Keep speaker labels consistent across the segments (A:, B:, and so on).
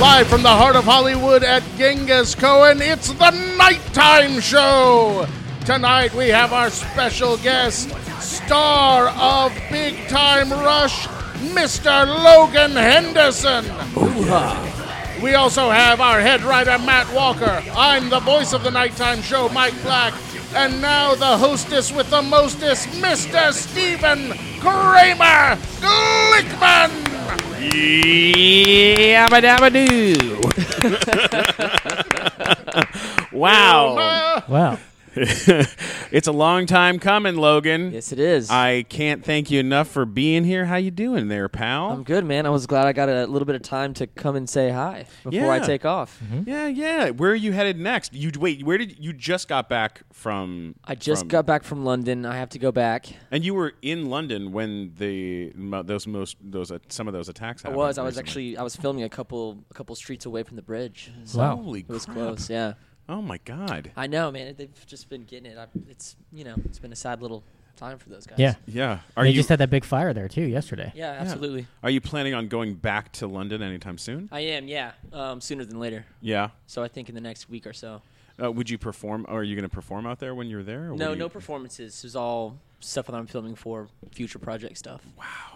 A: Live from the heart of Hollywood at Genghis Cohen, it's the Nighttime Show. Tonight we have our special guest, star of Big Time Rush, Mr. Logan Henderson. We also have our head writer, Matt Walker. I'm the voice of the Nighttime Show, Mike Black. And now the hostess with the mostest, Mr. Stephen Kramer Glickman.
B: Yabba dabba doo. wow.
C: Wow.
B: It's a long time coming, Logan.
C: Yes, it is.
B: I can't thank you enough for being here. How you doing there, pal?
C: I'm good, man. I was glad I got a little bit of time to come and say hi before I
B: Yeah. Mm-hmm.
C: take off.
B: yeah, yeah. Where are you headed next? You wait, where did you just got back from
C: I just
B: from-
C: got back from London. I have to go back.
B: And you were in London when the mo- those most those uh, some of those attacks
C: I
B: happened.
C: was. I was
B: recently.
C: actually. I was filming a couple a couple streets away from the bridge. So
D: Wow.
B: Holy
C: It was
B: crap.
C: close. Yeah.
B: Oh my god.
C: I know, man. They've just been getting it. I, it's you know, it's been a sad little time for those guys.
D: Yeah.
B: Yeah. Are
D: they
B: you
D: just had that big fire there too yesterday.
C: Yeah. Absolutely.
B: Are you planning on going back to London anytime soon?
C: I am. Yeah. Um, sooner than later.
B: Yeah.
C: So I think in the next week or so.
B: Uh, would you perform? Or are you going to perform out there when you're there? or what
C: No,
B: do you-
C: no performances. This is all stuff that I'm filming for future project stuff.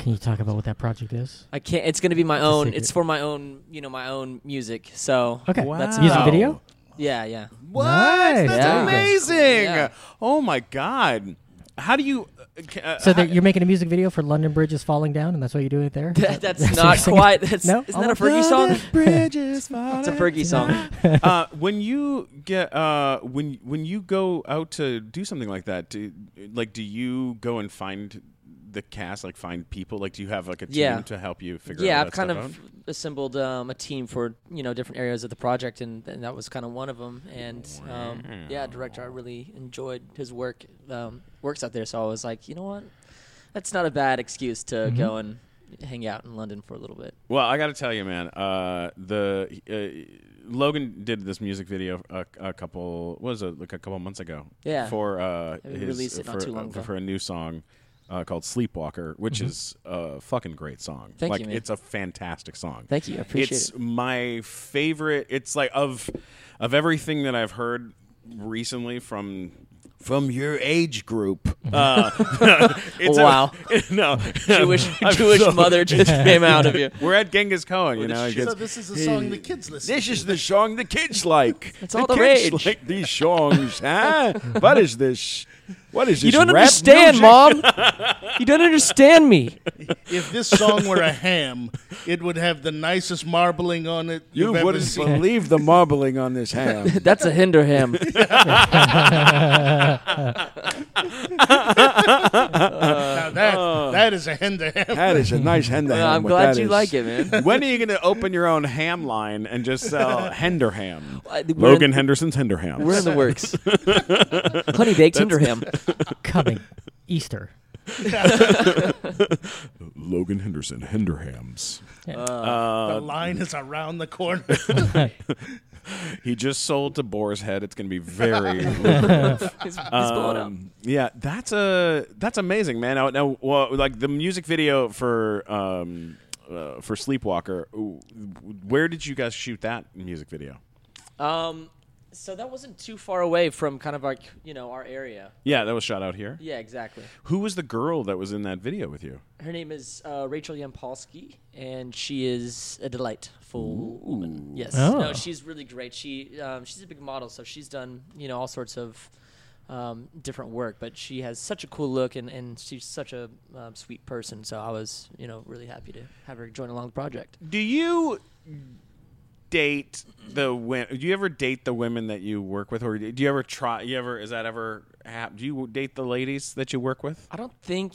D: Can you talk about what that project is?
C: I can't. It's gonna be my own.
D: secret.
C: It's for my own. You know, my own music. So
D: Okay.
B: Wow.
C: That's
D: Music
C: about-
D: video?
C: yeah, yeah.
B: What?
D: Nice.
B: That's
C: Yeah.
B: amazing!
C: Yeah.
B: Oh my god! How do you? uh, ca- Uh,
D: So
B: how-
D: that you're making a music video for London Bridge is falling down, and that's why you're doing it there.
C: That, that's
D: what
C: not
D: you're singing?
C: quite. That's
D: No?
C: isn't that a
D: Oh,
C: Fergie song?
B: London Bridge is falling.
C: It's a Fergie song.
B: uh, when you get uh, when when you go out to do something like that, do, like do you go and find the cast, like find people, like do you have like a team
C: Yeah.
B: to help you figure?
C: Yeah,
B: all
C: I've
B: that
C: kind of
B: stuff out?
C: assembled um, a team for you know different areas of the project, and, and that was kind of one of them. And um, yeah, director, I really enjoyed his work um, works out there. So I was like, you know what, that's not a bad excuse to
D: Mm-hmm.
C: go and hang out in London for a little bit.
B: Well, I got to tell you, man. Uh, the uh, Logan did this music video a, a couple what was it like a couple months ago?
C: Yeah.
B: For uh,
C: We
B: his,
C: released it
B: for,
C: not too long
B: for,
C: ago. Mm-hmm.
B: a new song uh, called "Sleepwalker," which is a fucking great song.
C: Thank
B: like,
C: you, man.
B: It's a fantastic song.
C: Thank you, I appreciate
B: it's
C: it.
B: my favorite. It's like of of everything that I've heard recently from. From your age group, uh, it's a-
C: Wow.
B: no,
C: Jewish
B: I'm
C: Jewish
B: so-
C: mother just came out of you.
B: We're at Genghis Cohen, you know. it
A: So
B: gets-
A: this is the song the kids listen
E: This is the song the kids like.
C: It's all the
E: kids
C: rage.
E: Like these songs, huh? what is this? What is this?
C: You don't
E: rap
C: understand,
E: music?
C: mom. you don't understand me.
A: If this song were a ham, it would have the nicest marbling on it
E: You
A: you've ever
E: wouldn't
A: seen.
E: believe the marbling on this ham.
C: That's a hinder Uh, ham.
A: Now that
B: Uh.
A: that is a hen to ham.
E: that is a nice hand to ham.
B: Oh
C: I'm
E: what
C: glad
E: that
C: you
E: is.
C: like it, man.
B: when are you going to open your own ham line and just sell Hender ham?
C: I- we're in-
B: Logan Henderson's Hender ham.
C: We're in the works. Honey baked hinder ham.
D: coming Easter.
E: Logan Henderson, Henderhams.
B: Uh,
A: the line is around the corner.
B: He just sold to Boar's Head. It's going to be very. lucrative.
C: It's, it's blowing up.
B: Um, yeah, that's a that's amazing, man. Now, now well, like the music video for um, uh, for Sleepwalker. ooh, Where did you guys shoot that music video?
C: Um, so that wasn't too far away from kind of our, you know, our area.
B: Yeah, that was shot out here.
C: Yeah, exactly.
B: Who was the girl that was in that video with you?
C: Her name is uh, Rachel Yampolsky, and she is a delightful woman. Yes,
D: Oh.
C: no, she's really great. She um, she's a big model, so she's done you know all sorts of um, different work. But she has such a cool look, and, and she's such a um, sweet person. So I was you know really happy to have her join along the project.
B: Do you date the women? Do you ever date the women that you work with, or do you ever try? You ever is that ever hap Do you date the ladies that you work with?
C: I don't think.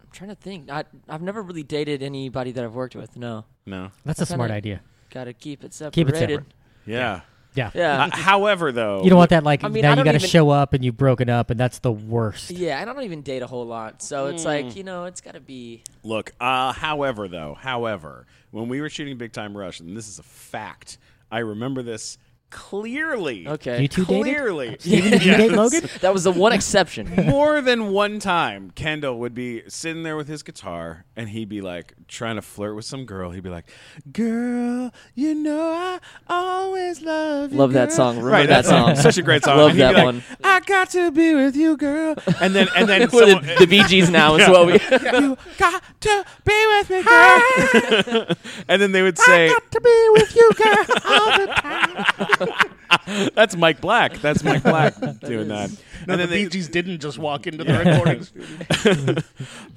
C: I'm trying to think. I I've never really dated anybody that I've worked with. No,
B: No.
D: That's a
C: Kinda-
D: smart idea.
C: gotta keep it separated.
D: Keep it separate.
B: Yeah.
D: Yeah.
C: Yeah.
B: Uh, however, though,
D: You don't want that like
C: I mean, I
D: now you
C: don't
D: got to
C: even-
D: show up and you've broken up and that's the worst.
C: Yeah, and I don't even date a whole lot, so it's like you know, it's got to be.
B: Look, uh, however, though, however, when we were shooting Big Time Rush, and this is a fact, I remember this Clearly.
C: Okay.
D: You two dated?
B: Clearly.
D: Steven, did you date Logan?
C: That was the one exception.
B: More than one time, Kendall would be sitting there with his guitar and he'd be like trying to flirt with some girl. He'd be like, Girl, you know I always love you.
C: Love that
B: girl."
C: song. Remember
B: right,
C: that song.
B: Such a great song.
C: Love
B: And he'd be
C: that
B: like,
C: one.
B: I got to be with you, girl. And then and then
C: We're
B: someone,
C: the, the Bee Gees now is what we.
B: you got to be with me, girl. and then they would say,
D: to be with you, girl, all the time.
B: That's Mike Black. That's Mike Black doing that.
C: is.
A: No,
B: and
A: the
B: then
A: Bee
B: they
A: Gees didn't just walk into the recording studio.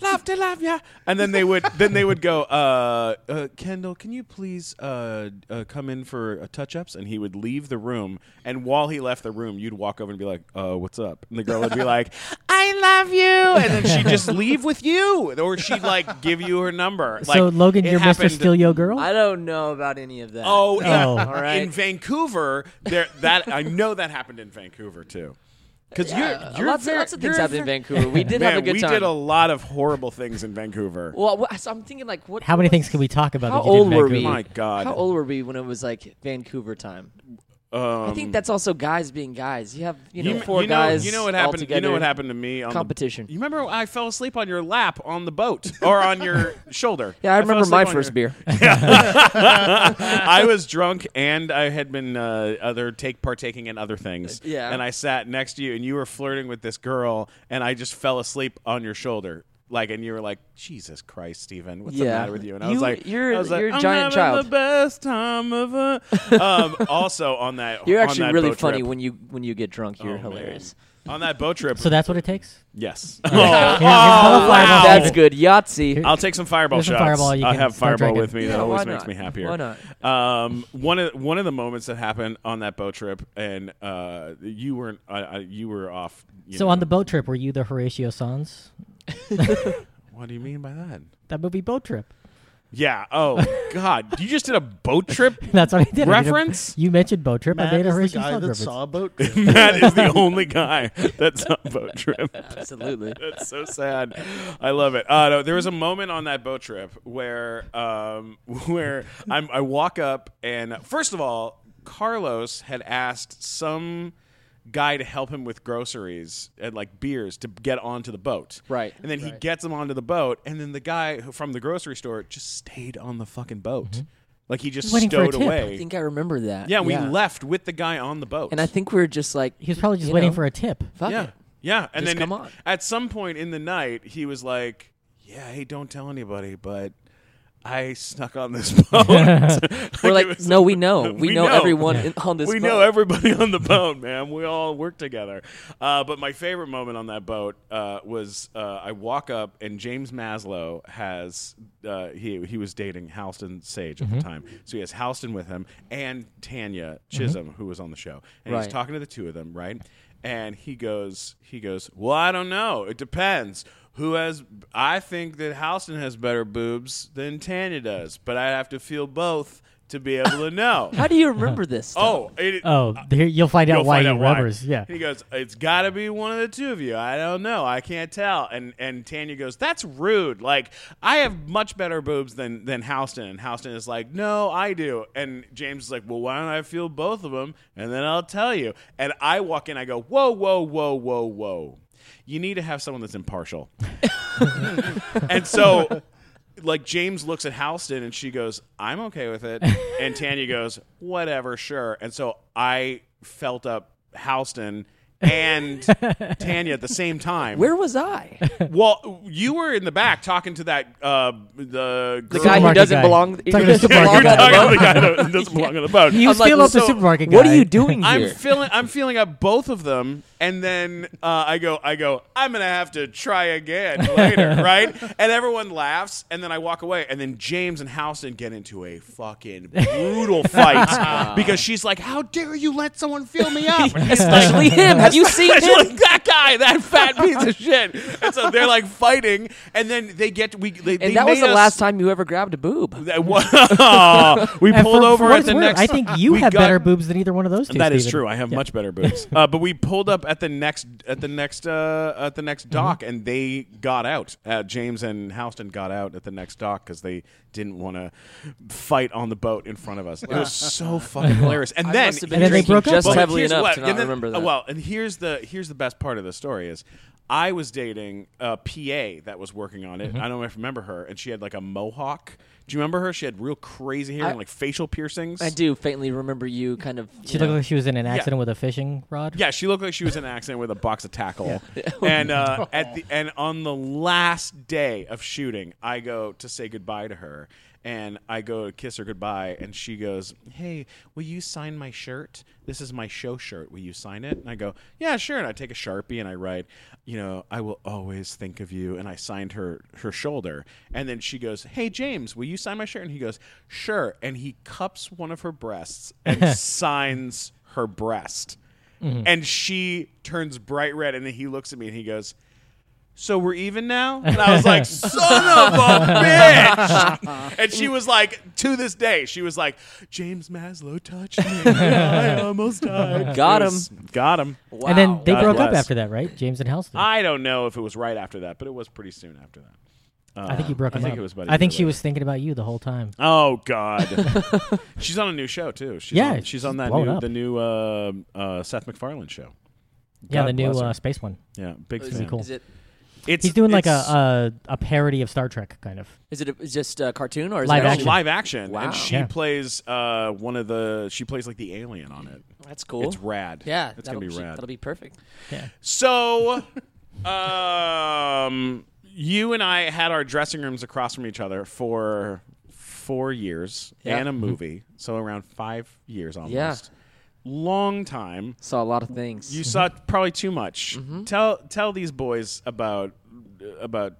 B: love to love ya. And then they would then they would go, uh, uh, Kendall, can you please uh, uh, come in for uh, touch ups? And he would leave the room. And while he left the room, you'd walk over and be like, uh, What's up? And the girl would be like, I love you. And then she'd just leave with you, or she'd like give you her number. Like,
D: so Logan,
B: it
D: you're Mr.
B: happened-
D: Still Yo Girl.
C: I don't know about any of that.
B: Oh, yeah.
D: Oh.
B: in,
D: All
C: right.
B: Vancouver, there that I know that happened in Vancouver too. Because
C: yeah,
B: you're, you're
C: Uh, lots,
B: very-
C: lots of things
B: you're
C: happened in
B: very-
C: Vancouver. We did have a
B: Man,
C: good
B: we
C: time.
B: did a lot of horrible things in Vancouver.
C: well, wha- so I'm thinking like, what?
D: How many
C: what-
D: things can we talk about?
C: How
D: that you did
C: old
D: in
C: were we?
D: Vancouver?
B: My God.
C: How old were we when it was like Vancouver time?
B: Um,
C: I think that's also guys being guys. You have you know
B: you,
C: four
B: you know,
C: guys.
B: You know what
C: all
B: happened? You know
C: together.
B: what happened to me on the-
C: Competition.
B: you remember I fell asleep on your lap on the boat or on your shoulder?
C: Yeah, I
B: fell
C: remember my
B: asleep on
C: first
B: your-
C: beer.
B: I was drunk and I had been uh, other take partaking in other things.
C: Uh, Yeah.
B: And I sat next to you and you were flirting with this girl and I just fell asleep on your shoulder. Like and you were like, Jesus Christ, Stephen, what's the
C: Yeah.
B: matter with you? And I
C: You-
B: was like,
C: you're-
B: I was like,
C: you're a
B: "I'm
C: giant
B: having
C: child."
B: The best time of a. Um, also on that,
C: You're
B: on
C: actually
B: that
C: really
B: boat
C: funny
B: trip-
C: when you when you get drunk. You're
B: Oh, man.
C: hilarious.
B: On that boat trip,
D: So that's what it takes.
B: yes.
D: Yeah, here's a
B: wow.
D: little fireball.
C: That's good. Yahtzee.
B: I'll take some fireball
D: There's some
B: shots.
D: Fireball you
B: I'll
D: can
B: have
D: start
B: fireball
D: drinking.
B: with me.
C: Yeah,
B: that
C: why
B: always makes
C: not?
B: me happier.
C: Why not?
B: Um, one of one of the moments that happened on that boat trip, and uh, you weren't. I I you were off. you
D: So
B: know.
D: on the boat trip, were you the Horatio Sanz?
B: What do you mean by that?
D: That movie Boat Trip.
B: Yeah. Oh God, you just did a boat trip.
D: That's what I did. I did a-
B: Reference?
D: you mentioned boat trip. I
A: Matt
D: made a
A: is the
D: Horatio
A: guy
D: Sanz
A: that
D: reference.
A: saw a boat.
B: Matt is the only guy that's on boat trip.
C: Absolutely.
B: That's so sad. I love it. Uh, no, there was a moment on that boat trip where um, where I'm, I walk up and first of all, Carlos had asked some guy to help him with groceries and like beers to get onto the boat.
C: Right.
B: And then he gets him onto the boat, and then the guy who- from the grocery store just stayed on the fucking boat.
C: Mm-hmm.
B: Like he just
D: He's waiting for a
B: stowed
D: tip.
C: I
B: away.
C: think I remember that.
B: Yeah, we left with the guy on the boat.
C: And I think we were just like,
D: He was probably just
C: you
D: waiting
C: know,
D: for a tip.
C: Fuck
B: yeah.
C: it.
B: Yeah. And
C: Just
B: then
C: come on.
B: at some point in the night, he was like, Yeah, hey, don't tell anybody, but I snuck on this boat.
C: We're
B: it
C: like,
B: was-
C: no, we know. We,
B: We
C: know,
B: know.
C: everyone in, on this.
B: we
C: boat.
B: know everybody on the boat, man. We all work together. Uh, but my favorite moment on that boat uh, was uh, I walk up and James Maslow has uh, he he was dating Halston Sage at the
C: Mm-hmm.
B: time, so he has Halston with him and Tanya Chisholm, who was on the show, and
C: Right.
B: he's talking to the two of them, right? And he goes, he goes, well, I don't know. It depends. Who has? I think that Halston has better boobs than Tanya does, but I'd have to feel both to be able to know.
C: How do you remember this? stuff?
B: Oh, it,
D: Oh, here, you'll find out
B: you'll
D: why
B: find
D: he
B: out why.
D: remembers. Yeah.
B: And he goes, "It's got to be one of the two of you. I don't know. I can't tell." And and Tanya goes, "That's rude. Like I have much better boobs than than Houston." And Houston is like, "No, I do." And James is like, "Well, why don't I feel both of them and then I'll tell you." And I walk in, I go, "Whoa, whoa, whoa, whoa, whoa." You need to have someone that's impartial. and so like James looks at Halston and she goes, "I'm okay with it," and Tanya goes, "Whatever, sure." And so I felt up Halston and Tanya at the same time.
C: where was I?
B: Well, you were in the back talking to that uh, the
C: The
B: girl-
C: guy who
D: Supermarket
C: doesn't
D: guy.
C: belong. he
D: Talking to
C: doesn't
D: the
B: You're
C: belong
D: supermarket
C: on
B: talking
C: the
B: to
C: boat.
B: the guy that doesn't belong on the boat.
D: You
C: I'm like,
D: steal up
B: so-
D: the supermarket guy.
C: What are you doing here?
B: I'm filling. I'm feeling up both of them, and then uh, I go. I go. I'm gonna have to try again later, right? And everyone laughs, and then I walk away, and then James and Houston get into a fucking brutal fight because she's like, "How dare you let someone fill me up?"
C: Especially him. Have you seen
B: It's
C: him?
B: like, that guy, that fat piece of shit. And so they're like fighting, and then they get we. They, they
C: And that was
B: made
C: the
B: us-
C: last time you ever grabbed a boob.
B: That wa- we
D: And
B: pulled
D: for- for
B: over
D: what
B: at
D: it's
B: the
D: worth,
B: next.
D: I think you
B: we
D: have
B: got-
D: better boobs than either one of those two.
B: That is
D: Steven.
B: true. I have much better boobs. uh, but we pulled up up at the next at the next uh, at the
C: Mm-hmm.
B: next dock, and they got out. Uh, James and Houston got out at the next dock because they didn't want to fight on the boat in front of us. It was so fucking hilarious. And
C: I
B: then
C: must have been
D: And then they
C: drinking
D: broke up.
C: just
B: but
C: heavily
B: here's
C: enough
B: what-
C: to not
B: and then-
C: remember that.
B: Well, and here's the here's the best part of the story is I was dating a PA that was working on
C: Mm-hmm.
B: it. I don't know if you remember her, and she had like a mohawk. Do you remember her? She had real crazy hair
C: I-
B: and like facial piercings.
C: I do faintly remember you kind of. you
D: She
C: know,
D: looked like she was in an accident with a fishing rod.
B: Yeah, she looked like she was in an accident with a box of tackle. And uh, at the and on the last day of shooting, I go to say goodbye to her, and I go to kiss her goodbye, and she goes, "Hey, will you sign my shirt? This is my show shirt. Will you sign it?" And I go, "Yeah, sure." And I take a sharpie and I write, "You know, I will always think of you." And I signed her her shoulder, and then she goes, "Hey, James, will you sign my shirt?" And he goes, "Sure." And he cups one of her breasts and signs her breast.
D: Hmm.
B: And she turns bright red, and then he looks at me and he goes, "So we're even now?" And I was like, "Son of a bitch!" And she was like, to this day, she was like, "James Maslow touched me. I almost died.
C: Got
B: It
C: him.
B: was- Got him."
C: Wow.
D: And then they
B: God
D: broke up
B: bless. Ah.
D: after that, right? James and Houston.
B: I don't know if it was right after that, but it was pretty soon after that. Uh,
D: I think you broke
B: I
D: them
B: think
D: up.
B: it was about a
D: I think
B: year
D: she
B: later.
D: was thinking about you the whole time.
B: Oh God, she's on a new show too. She's
D: Yeah,
B: on, she's on
D: she's
B: that
D: blown
B: new,
D: up.
B: the new uh, uh, Seth MacFarlane show.
D: yeah,
B: God
D: the new
B: bless her.
D: uh, space one.
B: yeah, big
C: is,
B: fan.
C: it,
D: cool.
C: is it
B: It's
D: He's doing like a,
B: it's-
D: a a parody of Star Trek, kind of.
C: is it a, is just a cartoon or is
D: Live
C: it
B: No,
D: action.
B: live action.
C: Wow.
B: And she
D: Yeah.
B: plays uh, one of the. She plays like the alien on it.
C: That's cool.
B: It's rad.
C: yeah,
B: it's gonna
C: that'll
B: be
C: she-
B: rad.
C: That'll be perfect.
D: Yeah.
B: So, um, you and I had our dressing rooms across from each other for four years
C: Yeah. Mm-hmm.
B: and a movie, so around five years almost.
C: Yeah.
B: Long time.
C: Saw a lot of things.
B: You saw probably too much.
C: Mm-hmm.
B: Tell tell these boys about about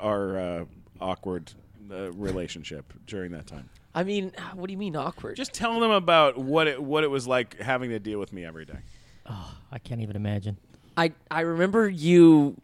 B: our uh, awkward uh, relationship during that time.
C: I mean, what do you mean awkward?
B: Just tell them about what it what it was like having to deal with me every day.
D: I can't even imagine.
C: I I remember you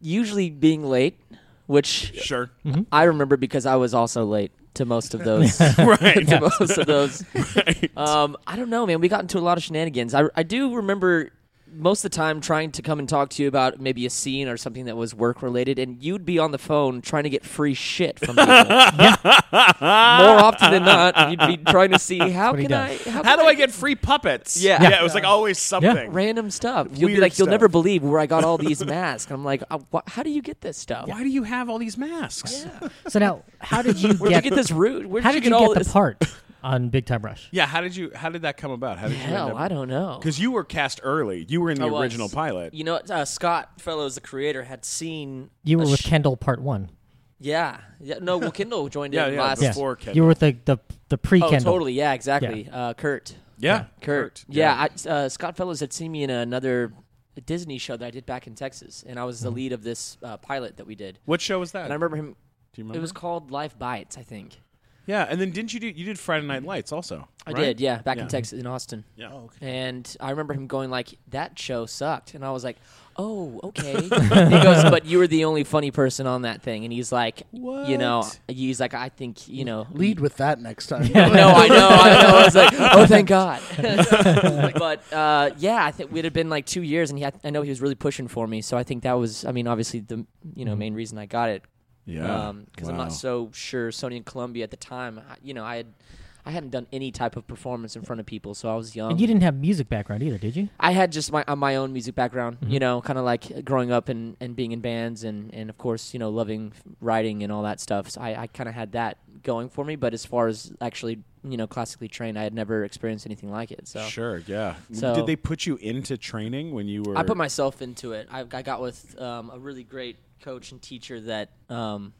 C: usually being late, which
B: Sure.
D: Mm-hmm.
C: I remember because I was also late to most of those.
B: right.
C: to most of those.
B: Right.
C: Um, I don't know, man. We got into a lot of shenanigans. I I do remember most of the time trying to come and talk to you about maybe a scene or something that was work related, and you'd be on the phone trying to get free shit from people. More often than not, you'd be trying to see how
D: what he
C: can I
D: does.
B: How do I get free puppets?
C: Yeah.
B: Yeah, it was like always something.
C: random stuff. You'll be
B: Weird
C: like, you'll
B: stuff.
C: never believe where I got all these masks. I'm like, uh, wh- how do you get this stuff?
B: Why do you have all these masks?
C: Yeah.
D: So now, how did you
C: Where'd
D: get?
C: you get this root? Where'd
D: how
C: you
D: did
C: get
D: you
C: all
D: get the
C: this?
D: part on Big Time Rush?
B: Yeah, how did you how did that come about? How did you
C: Hell, I don't know.
B: Cuz you were cast early. You were in the
C: I was.
B: original pilot.
C: You know, uh, Scott Fellows, the creator, had seen
D: You
C: a
D: were with
C: sh-
D: Kendall Part One.
C: Yeah, yeah. No, well, Kendall joined
B: Yeah,
C: in
B: yeah,
C: last.
B: Yeah. before- Kendall.
D: You were with the the, the pre
C: Oh,
D: Kendall.
C: totally. Yeah, exactly. Uh, Kurt.
B: yeah.
C: Kurt. Yeah, I, uh, Scott Fellows had seen me in another Disney show that I did back in Texas, and I was the lead of this uh, pilot that we did.
B: What show was that?
C: And I remember him.
B: do you
C: It
B: remember?
C: was called Life Bites, I think.
B: yeah, and then didn't you do you did Friday Night Lights also?
C: I
B: right?
C: did, yeah, back
B: Yeah.
C: in Texas, in Austin.
B: Yeah. Oh, okay.
C: And I remember him going like, "That show sucked," and I was like, "Oh, okay." he goes, "But you were the only funny person on that thing," and he's like, "You know,"
B: What?
C: he's like, "I think you know."
A: Lead with that next time.
C: no, I know, I know. I was like, "Oh, thank God." but uh, yeah, I think we'd have been like two years, and he, had, I know he was really pushing for me, so I think that was, I mean, obviously the you
B: Mm-hmm.
C: know main reason I got it
B: Yeah.
C: because Um, I'm
B: Um, Wow.
C: not so sure Sony and Columbia at the time. I- You know, I had I hadn't done any type of performance in front of people, so I was young.
D: And you didn't have music background either, did you?
C: I had just my uh, my own music background,
D: Mm-hmm.
C: you know, kind of like growing up and, and being in bands and, and of course you know loving writing and all that stuff. So I, I kind of had that going for me. But as far as actually you know classically trained, I had never experienced anything like it. So
B: Sure, yeah.
C: So-
B: did they put you into training when you were
C: I put myself into it. I, I got with um, a really great coach and teacher that um,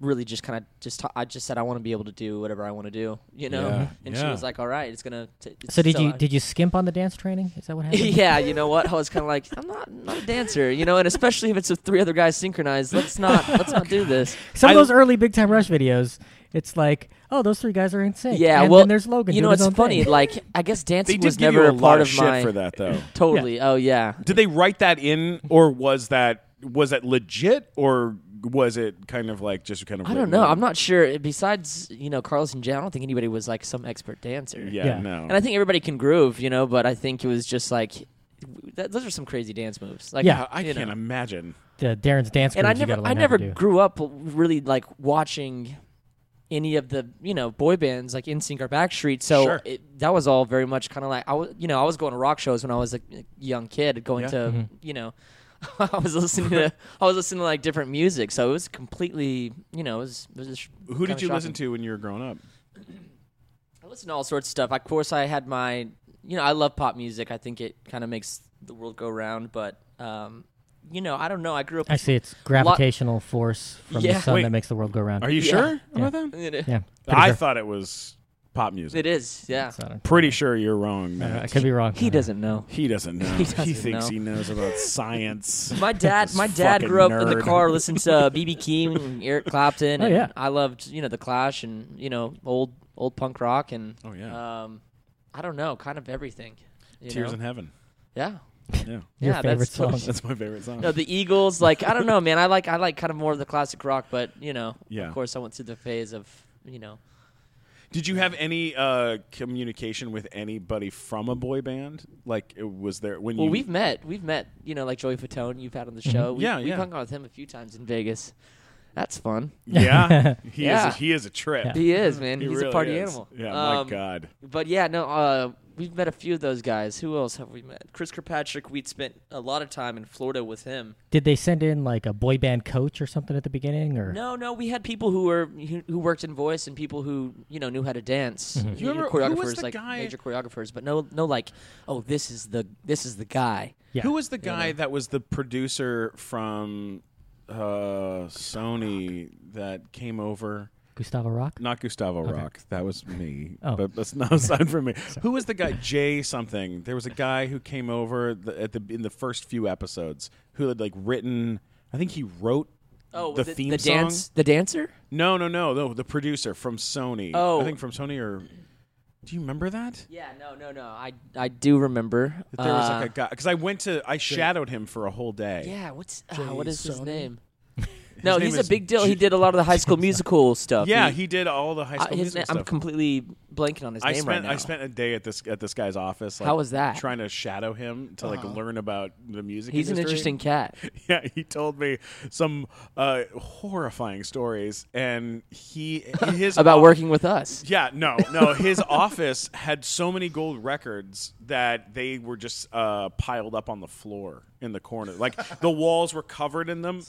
C: really just kind of just ta- I just said I want to be able to do whatever I want to do, you know.
B: Yeah.
C: And she
B: Yeah.
C: was like, "All right, it's gonna." T- it's-
D: So did you
C: I-
D: did you skimp on the dance training? Is that what happened?
C: yeah, you know what? I was kind of like, I'm not, not a dancer, you know, and especially if it's with three other guys synchronized, let's not let's not do this.
D: Some
B: I-
D: of those early Big Time Rush videos, it's like, oh, those three guys are insane.
C: Yeah,
D: and
C: well,
D: then there's Logan.
C: You know,
D: doing his
C: it's
D: own
C: funny.
D: thing.
C: Like, I guess
B: They
C: dancing
B: did
C: was
B: give
C: never
B: you
C: a,
B: a, lot
C: part
B: of,
C: of,
B: shit
C: my
B: for that though.
C: totally. Oh yeah,
B: Did they write that in, or was that was that legit, or was it kind of like just kind of?
C: I don't
B: written
C: know.
B: in?
C: I'm not sure. Besides, you know, Carlos and Jen, I don't think anybody was like some expert dancer.
B: Yeah,
D: Yeah.
B: no.
C: and I think everybody can groove, you know, but I think it was just like that, those are some crazy dance moves. Like,
D: Yeah.
B: I, I
C: you know.
B: can't imagine.
D: The Darren's dance
C: And I
D: moves you
C: never,
D: gotta
C: I
D: learn how
C: never
D: to do.
C: grew up really like watching any of the you know boy bands like NSYNC or Backstreet. So
B: Sure.
C: it, that was all very much kind of like I was, you know, I was going to rock shows when I was a young kid, going
B: Yeah.
C: to
D: Mm-hmm.
C: you know. I was listening to I was listening to like different music, so it was completely you know it was, it was just
B: Who
C: kinda
B: did you listen
C: shocking.
B: to when you were growing up?
C: I listen to all sorts of stuff. Of course, I had my, you know, I love pop music. I think it kind of makes the world go round. But, um, you know, I don't know. I grew up.
D: I see it's gravitational force from
C: Yeah.
D: the sun
B: Wait.
D: that makes the world go round.
B: Are you
C: Yeah.
B: sure
D: Yeah.
B: about that?
C: It,
D: yeah, pretty
B: I
D: sure.
B: thought it was pop music.
C: it is, yeah.
D: So I don't-
B: Pretty sure you're wrong,
D: I don't know,
B: man.
D: I could be wrong.
B: uh,
C: He doesn't know.
B: He doesn't know.
C: He doesn't
B: thinks
C: know.
B: he knows about science.
C: My dad, my
B: This
C: dad
B: fucking
C: grew up in the
B: nerd.
C: car, listened to BB King, and Eric Clapton,
D: Oh,
C: and
D: yeah.
C: I loved, you know, the Clash and you know old old punk rock and,
B: Oh, yeah.
C: um, I don't know, kind of everything. you
B: Tears
C: know?
B: in Heaven.
C: yeah,
B: Yeah,
D: Your
C: yeah.
D: favorite
C: that's
D: song.
B: that's my favorite song.
C: No, the Eagles. Like I don't know, man. I like I like kind of more of the classic rock, but you know,
B: Yeah.
C: of course, I went through the phase of you know.
B: Did you have any uh, communication with anybody from a boy band? Like, it was there when
C: Well,
B: you? Mm-hmm.
C: we've met, we've met, you know, like Joey Fatone, you've had on the show. We,
B: Yeah,
C: we've
B: yeah.
C: hung out with him a few times in Vegas. That's fun.
B: yeah, he
C: Yeah.
B: is. A, he is a trip.
C: He is, man.
B: He
C: He's
B: really
C: a party
B: is.
C: animal.
B: Yeah, uh,
C: Um,
B: my God.
C: But yeah, no, uh, we've met a few of those guys. Who else have we met? Chris Kirkpatrick. We'd spent a lot of time in Florida with him.
D: Did they send in like a boy band coach or something at the beginning? Or
C: No, no, we had people who were who, who worked in voice and people who you know knew how to dance.
B: Mm-hmm. You
C: Major
B: remember- who
C: choreographers,
B: was the
C: like
B: guy-
C: major choreographers, but no, no, like oh, this is the this is the guy.
D: Yeah.
B: Who was the guy that was the producer from uh, Sony that came over?
D: Gustavo Rock?
B: Not Gustavo Rock. That was me.
D: Oh.
B: But that's not aside from me. Who was the guy? Jay something. There was a guy who came over the, at the in the first few episodes who had like written. I think he wrote.
C: Oh,
B: the, theme
C: the
B: song.
C: dance, the dancer.
B: No, no, no, no. The producer from Sony. I
C: Oh.
B: think from Sony or. Do you remember that?
C: Yeah, no, no, no. I I do remember. Uh,
B: That there was like a guy because I went to I shadowed him for a whole day.
C: yeah. What's uh, what is his name? no,
B: name
C: he's a
B: is
C: big deal.
B: J-
C: He did a lot of the High School Musical stuff.
B: Yeah, he did all the high
C: I,
B: school
C: Uh, his
B: music
C: na-
B: stuff.
C: I'm completely blanking on his
B: I
C: name
B: spent
C: right now.
B: I spent a day at this at this guy's office. Like,
C: How was that? Uh-huh.
B: Trying to shadow him to like learn about the music.
C: He's an
B: industry.
C: interesting cat.
B: Yeah, he told me some uh, horrifying stories, and he his
C: About working with us.
B: Yeah, no, no. His office had so many gold records that they were just uh, piled up on the floor in the corner. Like the walls were covered in them,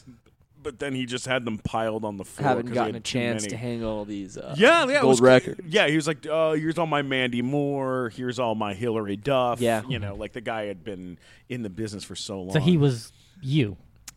B: but then he just had them piled on the floor.
C: haven't
B: 'cause he
C: gotten
B: had
C: a
B: too
C: chance
B: many.
C: to hang all these uh,
B: Yeah, yeah, it
C: gold
B: was,
C: record.
B: Yeah, he was like, uh, "Here's all my Mandy Moore. Here's all my Hillary Duff."
C: Yeah.
B: you know, like the guy had been in the business for so long.
D: So he was you.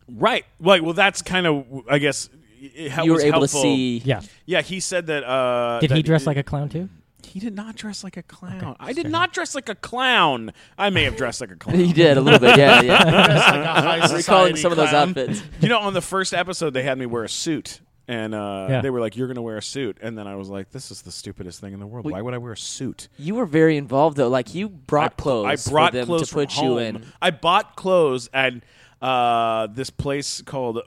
B: right. Like, well, that's kind of, I guess, it, it
C: You were
B: was
C: able
B: helpful.
C: to see.
D: Yeah.
B: Yeah, he said that. Uh,
D: Did he
B: that-
D: dress like a clown too?
B: He did not dress like a clown. I did not dress like a clown. I may have dressed like a clown.
C: You did a little bit, yeah, yeah.
A: That's like a high
C: Recalling
A: society
C: some of those
A: clown.
C: outfits.
B: you know, on the first episode, they had me wear a suit. And uh,
D: Yeah.
B: they were like, "You're gonna wear a suit," and then I was like, "This is the stupidest thing in the world. Why would I wear a suit?"
C: You were very involved though. Like you brought
B: I-
C: clothes.
B: I brought
C: for them
B: clothes
C: to put
B: from
C: you
B: home.
C: in.
B: I bought clothes at uh, this place called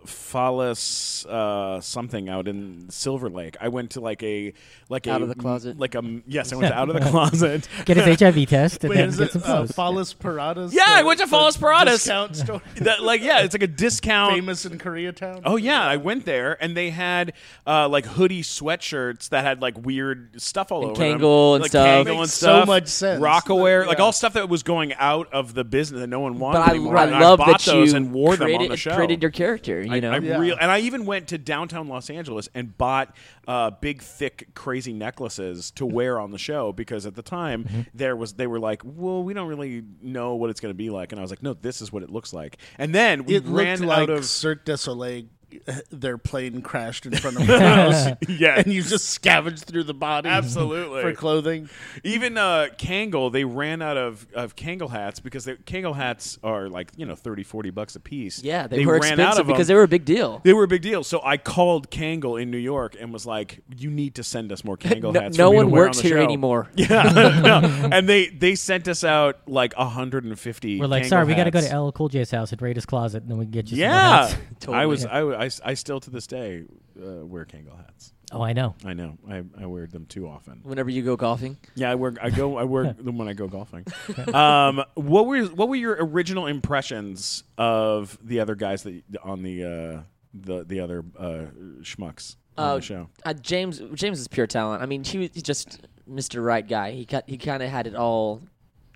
B: Fallas uh, something out in Silver Lake. I went to like a like
C: Out
B: a
C: of the closet.
B: Like a yes, I went to out of the closet.
D: Get his HIV test and
A: Wait,
D: then
A: is
D: get
A: it
D: some
A: uh,
D: clothes.
A: Fallas Paradas?
B: Yeah, I
A: The-
B: went to
A: the
B: Fallas Paradas.
A: Discount store
B: that like yeah, it's like a discount.
A: famous in Koreatown.
B: Oh yeah, I went there and they had uh, like hoodie sweatshirts that had like weird stuff all
C: And
B: over them,
C: Kangol and
B: like
C: stuff.
B: Kangol and
A: Makes so
B: stuff,
A: much sense.
B: Rockaware, like
A: Yeah.
B: all stuff that was going out of the business that no one wanted
C: But I,
B: anymore.
C: I
B: and
C: love
B: I bought
C: that
B: those
C: you
B: and wore
C: created,
B: them on the show.
C: created your character. You
B: I-
C: know,
B: I,
A: Yeah.
B: real- and I even went to downtown Los Angeles and bought uh, big, thick, crazy necklaces to wear on the show because at the time
C: Mm-hmm.
B: there was they were like, well, we don't really know what it's going to be like, and I was like, no, this is what it looks like. And then we
A: it
B: ran
A: looked like
B: out of
A: Cirque du Soleil. uh, Their plane crashed in front of my house.
B: Yeah.
A: and you just scavenged through the body
B: Absolutely.
A: for clothing.
B: Even uh, Kangol, they ran out of, of Kangol hats because they, Kangol hats are like, you know, 30, 40 bucks a piece.
C: yeah, they, were expensive because they
B: them.
C: were a big deal.
B: They were a big deal. So I called Kangol in New York and was like, you need to send us more Kangol
C: No,
B: hats.
C: no
B: for me to
C: one
B: wear
C: works
B: on the
C: here
B: show."
C: anymore.
B: Yeah. No. And they, they sent us out like 150
D: We're like,
B: Kangol
D: sorry, we got to go
B: hats."
D: to LL Cool J's house and raid his closet, and then we can get you. some more
B: Yeah,
D: hats."
B: I
C: Totally.
B: was. I, I. I still to this day uh, wear Kangol hats.
D: Oh, I know.
B: I know. I, I wear them too often.
C: Whenever you go golfing,
B: Yeah, I wear. I go. I wear them when I go golfing. um, what were What were your original impressions of the other guys that on the uh, the the other uh, schmucks on
C: Oh,
B: the show?
C: uh, James James is pure talent. I mean, he was he's just Mr. Right guy. He cut, he kind of had it all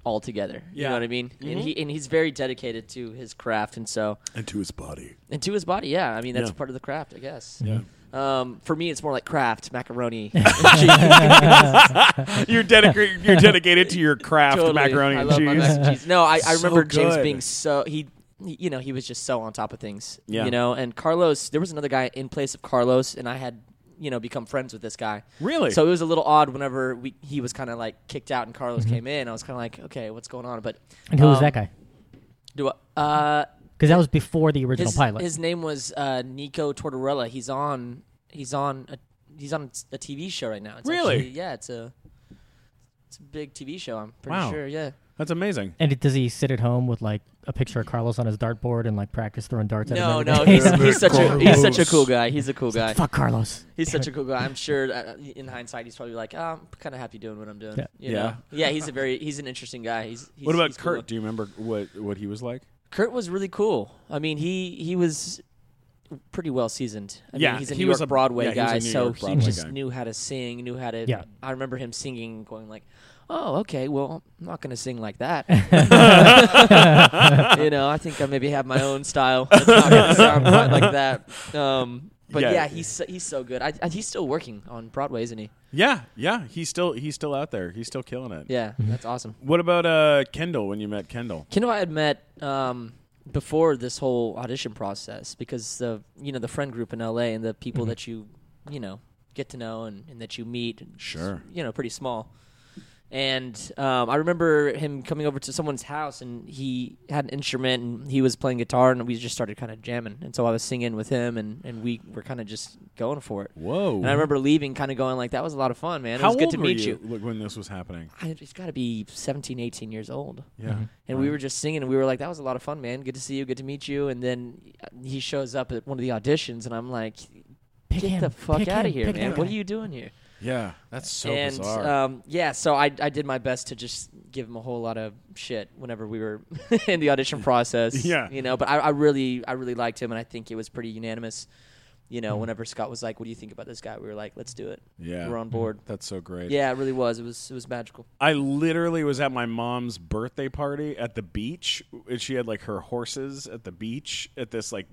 C: all together. You
B: Yeah.
C: know what I mean? And he and he's very dedicated to his craft, and so
E: And to his body.
C: and to his body. Yeah, I mean that's
B: Yeah.
C: part of the craft, I guess. Yeah. Um, for me, it's more like craft macaroni. and cheese.
B: you're dedicated. You're dedicated to your craft
C: Totally.
B: macaroni
C: I
B: and
C: love
B: cheese.
C: my mac and cheese. No, I, I
B: So
C: remember James
B: good.
C: being so he, he- you know, he was just so on top of things.
B: Yeah.
C: You know, and Carlos, there was another guy in place of Carlos, and I had you know become friends with this guy.
B: Really?
C: So it was a little odd whenever we he was kind of like kicked out and Carlos
B: Mm-hmm.
C: came in. I was kind of like, okay, what's going on? But
D: And who was
C: um,
D: that guy?
C: Do I, uh,
D: Because that was before the original
C: his,
D: pilot.
C: his name was uh, Nico Tortorella. He's on. He's on. A, he's on a TV show right now. It's
B: Really?
C: actually- yeah, it's a. It's a big TV show. I'm pretty
B: Wow.
C: sure. Yeah.
B: That's amazing.
D: and it- does he sit at home with like a picture of Carlos on his dartboard and like practice throwing darts?
C: No,
D: at him
C: no,
D: every day?
C: he's, he's such a he's such a cool guy. He's a cool guy.
D: fuck Carlos.
C: He's such a cool guy. I'm sure uh, in hindsight he's probably like, oh, I'm kind of happy doing what I'm doing.
D: Yeah.
C: You
B: Yeah.
C: know? yeah. He's a very he's an interesting guy. He's, he's
B: What about
C: he's cool.
B: Kurt? Do you remember what what he was like?
C: Kurt was really cool. I mean, he he was pretty well seasoned. I
B: Yeah,
C: mean, he's a
B: he
C: New
B: was a-
C: York Broadway
B: yeah, he was
C: guy,
B: a New
C: so
B: York
C: he
B: Broadway
C: just
B: guy.
C: knew how to sing, knew how to.
D: Yeah.
C: I remember him singing, going like, "Oh, okay, well, I'm not going to sing like that." you know, I think I maybe have my own style. That's not gonna sound quite like that. Um, but
B: Yeah.
C: yeah, he's so, he's so good. I, I, he's still working on Broadway, isn't he?
B: Yeah, yeah. He's still he's still out there. He's still killing it.
C: Yeah, that's awesome.
B: What about uh, Kendall when you met Kendall?
C: Kendall I had met um, before this whole audition process because the you know the friend group in LA and the people
B: Mm-hmm.
C: that you you know get to know and, and that you meet it's,
B: Sure.
C: you know pretty small and um, I remember him coming over to someone's house and he had an instrument and he was playing guitar and we just started kind of jamming and so I was singing with him and, and we were kind of just going for it
B: Whoa.
C: and I remember leaving kind of going like that was a lot of fun man it
B: How
C: was good
B: old
C: to
B: were
C: meet
B: you,
C: you,
B: look, when this was happening?
C: I, it's got to be 17 18 years old
B: Yeah.
C: and we were just singing, and we were like, "That was a lot of fun, man. Good to see you. Good to meet you." And then he shows up at one of the auditions, and I'm like,
D: Pick
C: "Get
D: him,
C: the fuck
D: pick
C: out of
D: him,
C: here,
D: pick
C: man!
D: that
C: What are
D: guy."
C: you doing here?"
B: Yeah. That's so
C: and um, yeah, so I I did my best to just give him a whole lot of shit whenever we were in the audition process.
B: Yeah.
C: you know. But I, I really I really liked him, and I think it was pretty unanimous. You know, whenever Scott was like, "What do you think about this guy?" We were like, "Let's do it.
B: Hmm. yeah. Hmm.
C: We're on board."
B: That's so great.
C: Yeah, it really was. It was it was magical.
B: I literally was at my mom's birthday party at the beach, and she had like her horses at the beach at this like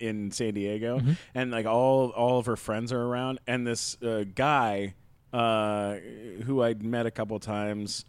B: in San Diego, and like all all of her friends are around, and this uh, guy uh, who I'd met a couple times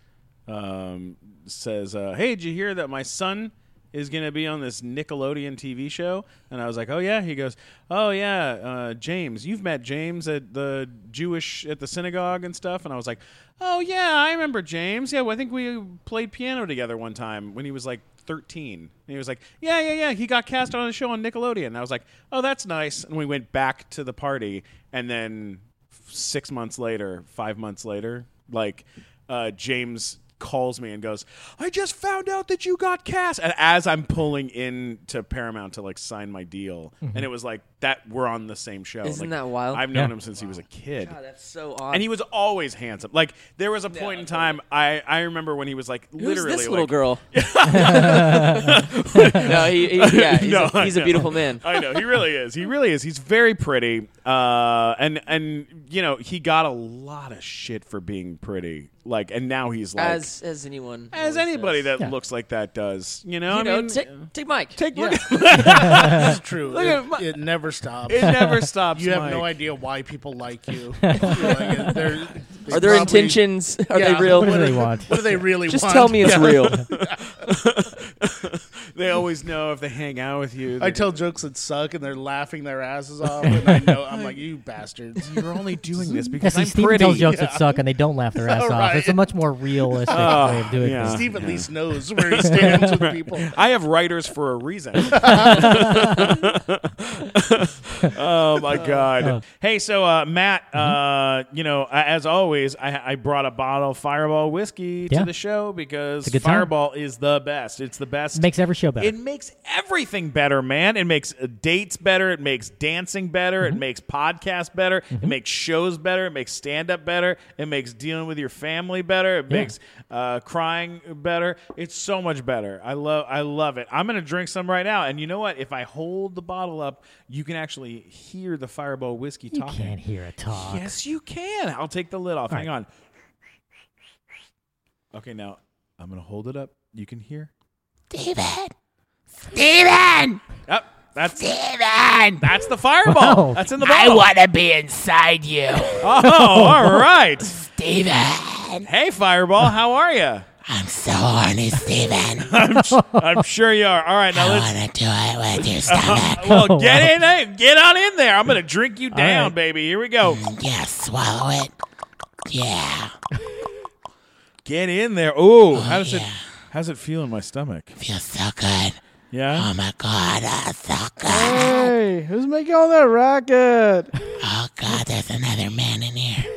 B: um, says, uh, "Hey, did you hear that my son?" Is going to be on this Nickelodeon TV show, and I was like, "Oh yeah." He goes, "Oh yeah, uh, James. You've met James at the Jewish at the synagogue and stuff." And I was like, "Oh yeah, I remember James. Yeah, well, I think we played piano together one time when he was like 13." And he was like, "Yeah, yeah, yeah. He got cast on a show on Nickelodeon." And I was like, "Oh, that's nice." And we went back to the party, and then six months later, five months later, like uh, James calls me and goes, "I just found out that you got cast." And as I'm pulling in to Paramount to like sign my deal, and it was like that we're on the same show.
C: Isn't
B: Like,
C: that wild?
B: I've known
D: Yeah.
B: him since he was a kid.
C: God, that's so awesome.
B: And he was always handsome. Like there was a point in time I, I remember when he was like
C: Who's
B: literally
C: this
B: like,
C: little girl? no, he, he yeah, he's,
B: No,
C: a,
B: I
C: he's a
B: know.
C: beautiful man.
B: I know he really is. He really is. He's very pretty, uh, and and you know he got a lot of shit for being pretty. Like, and now he's like
C: As as anyone,
B: as
C: always
B: anybody that
C: does.
D: Yeah.
B: looks like that does. You know,
C: you
B: I
C: know,
B: mean,
C: take take Mike,
B: take-
C: yeah.
B: look
A: That's true. it,
B: at my-
A: it never stops.
B: it never stops.
A: you have
B: Mike.
A: no idea why people like you. You're like, they're- they
C: Are their
A: probably-
C: intentions are
A: Yeah.
C: they real?
D: What do they want?
A: What do they really
C: Just
A: want?
C: tell me it's real.
B: They always know if they hang out with you.
A: I tell jokes that suck, and they're laughing their asses off. And I know I'm like, you bastards.
B: you're only doing this
D: Yeah,
B: because
D: see,
B: I'm
D: Steven
B: pretty.
D: tells jokes that suck and they don't laugh their ass off.
A: Right.
D: It's a much more realistic way of doing
B: yeah.
D: things.
A: Steve at least knows where he stands with people.
B: I have writers for a reason. oh my god! Hey, so uh, Matt, uh,
D: Mm-hmm.
B: you know, I- as always, I, I brought a bottle of Fireball whiskey
D: Yeah.
B: to the show because
D: a good time.
B: Fireball is the best. It's the best.
D: Makes every show better.
B: It makes everything better, man. It makes uh, dates better. It makes dancing better.
D: Mm-hmm.
B: It makes podcasts better. It makes shows better. It makes stand up better. It makes dealing with your family better. It
D: Yeah.
B: makes uh, crying better. It's so much better. I love. I love it. I'm gonna drink some right now. And you know what? If I hold the bottle up, you can actually hear the Fireball whiskey
D: you
B: talking.
D: can't hear it talk.
B: Yes, you can. I'll take the lid off.
D: All
B: Hang
D: right.
B: on. Okay, now I'm gonna hold it up. You can hear.
F: Steven!
B: Yep, that's
F: Steven!
B: that's the fireball.
D: Wow.
B: That's in the
F: I
B: bottle.
F: want to be inside you.
B: oh, all right.
F: Steven!
B: Hey, fireball, how are you?
F: I'm so horny, Steven.
B: I'm sure you are. All right, now
F: I
B: let's.
F: want to do it with your stomach.
B: Well, get in, there. get on in there. I'm gonna drink you down,
D: right.
B: baby. Here we go.
F: Yeah, swallow it. Yeah,
B: Get in there. Ooh, how does it?
F: Oh, yeah.
B: How's it feel in my stomach?
F: feels so good.
B: Yeah.
F: Oh my god, uh, so good.
G: Hey, who's making all that racket?
F: Oh god, there's another man in here.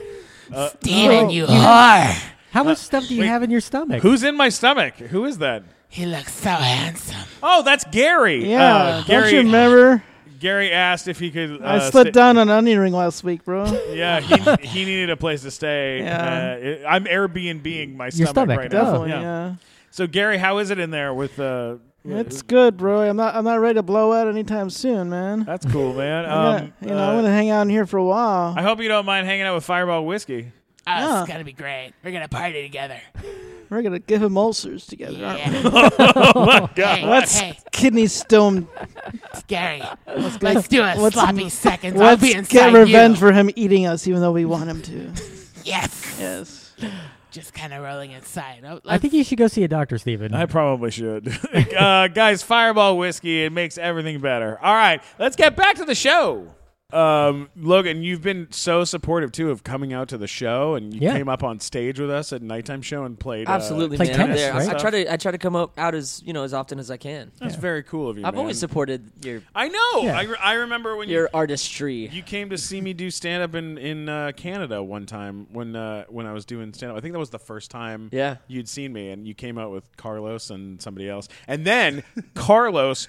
G: Uh, oh.
F: Steven, you whore!
D: How much stuff do you have in your stomach?
B: Who's in my stomach? Who is that?
F: He looks so handsome.
B: Oh, that's Gary.
G: Yeah,
B: Uh,
G: don't
B: Gary,
G: you remember?
B: Gary asked if he could. Uh,
G: I slipped
B: sta-
G: down an onion ring last week, bro.
B: Yeah, he, he needed a place to stay.
G: Yeah.
B: Uh, it- I'm Airbnbing my
D: Your
B: stomach,
D: stomach,
B: right now.
G: Definitely, yeah.
B: So Gary, how is it in there with? Uh,
G: It's good, bro. I'm not. I'm not ready to blow out anytime soon, man.
B: that's cool, man.
G: Yeah,
B: Um,
G: you know,
B: uh,
G: I'm gonna hang out in here for a while.
B: I hope you don't mind hanging out with Fireball Whiskey.
F: Oh, this
G: Yeah.
F: is gonna be great. We're gonna party together.
G: We're gonna give him ulcers together. aren't we?
F: Yeah. oh my god. Hey,
G: Let's-
F: hey,
G: Kidney stone.
F: Gary, let's, do a
G: let's-
F: sloppy seconds. I'll
G: Let's
F: be inside
G: get revenge
F: you.
G: for him eating us, even though we want him to.
F: Yes.
G: yes.
F: Just kind of rolling inside. Oh,
D: I
F: let's-
D: think you should go see a doctor, Steven.
B: I probably should. uh, guys, Fireball Whiskey, it makes everything better. All right, let's get back to the show. Um, Logan, you've been so supportive too of coming out to the show, and you
D: Yeah.
B: came up on stage with us at nighttime show and played. uh,
C: Absolutely,
D: Play
C: man. I'm
D: tennis,
C: there.
D: right?
C: I try to I try to come up out as you know as often as I can.
B: that's very cool of you.
C: I've
B: man.
C: always supported your
B: I know.
D: Yeah.
B: I, re- I remember when you
C: your artistry.
B: You came to see me do stand up in in uh, Canada one time when uh, when I was doing stand up. I think that was the first time
C: Yeah.
B: you'd seen me, and you came out with Carlos and somebody else, and then Carlos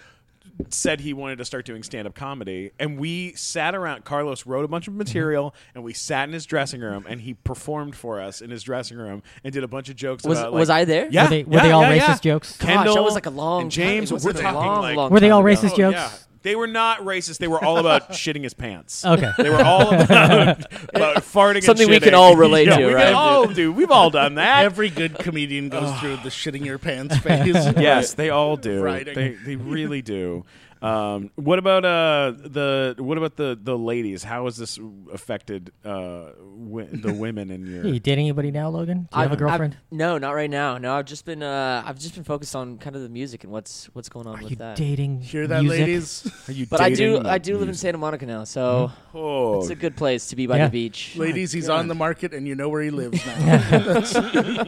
B: said he wanted to start doing stand up comedy, and we sat around. Carlos wrote a bunch of material,
C: Mm-hmm.
B: and we sat in his dressing room, and he performed for us in his dressing room and did a bunch of jokes.
C: was
B: about,
C: was
B: like,
C: I there?
B: Yeah,
D: Were they- were
B: yeah,
D: they all
B: yeah, yeah.
D: racist jokes?
C: Gosh, that
B: Kendall
C: was like a long
B: and
C: time-
B: James.
C: it was
B: we're
C: like a
B: talking
C: long,
B: like
C: long
D: Were they
C: time
D: all
C: ago.
D: racist
B: Oh,
D: jokes?
B: yeah. They were not racist. They were all about shitting his pants.
D: Okay.
B: They were all about, about farting.
C: Something
B: and
C: we
B: shitting.
C: can all relate to,
B: we
C: right?
B: Can all do. We've all done that.
H: Every good comedian goes through the shitting your pants phase.
B: yes, they all do.
H: Writing.
B: They they really do. Um, what about uh the what about the the ladies? How has this affected uh wi- the women in
D: Hey, you
B: your?
D: dating anybody now, Logan? Do you have a
C: I've-
D: girlfriend?
C: I've- no, not right now. No, I've just been uh, I've just been focused on kind of the music and what's what's going on
D: Are
C: with
D: you
C: that.
D: dating?
H: Hear that,
D: music?
C: Oh
H: ladies?
B: Are you
C: but I do
B: dating
C: I do live in Santa Monica now, so
B: Oh,
C: it's a good place to be by
D: Mm-hmm. Yeah.
C: the beach.
H: Ladies, he's on the market, and you know where he lives now.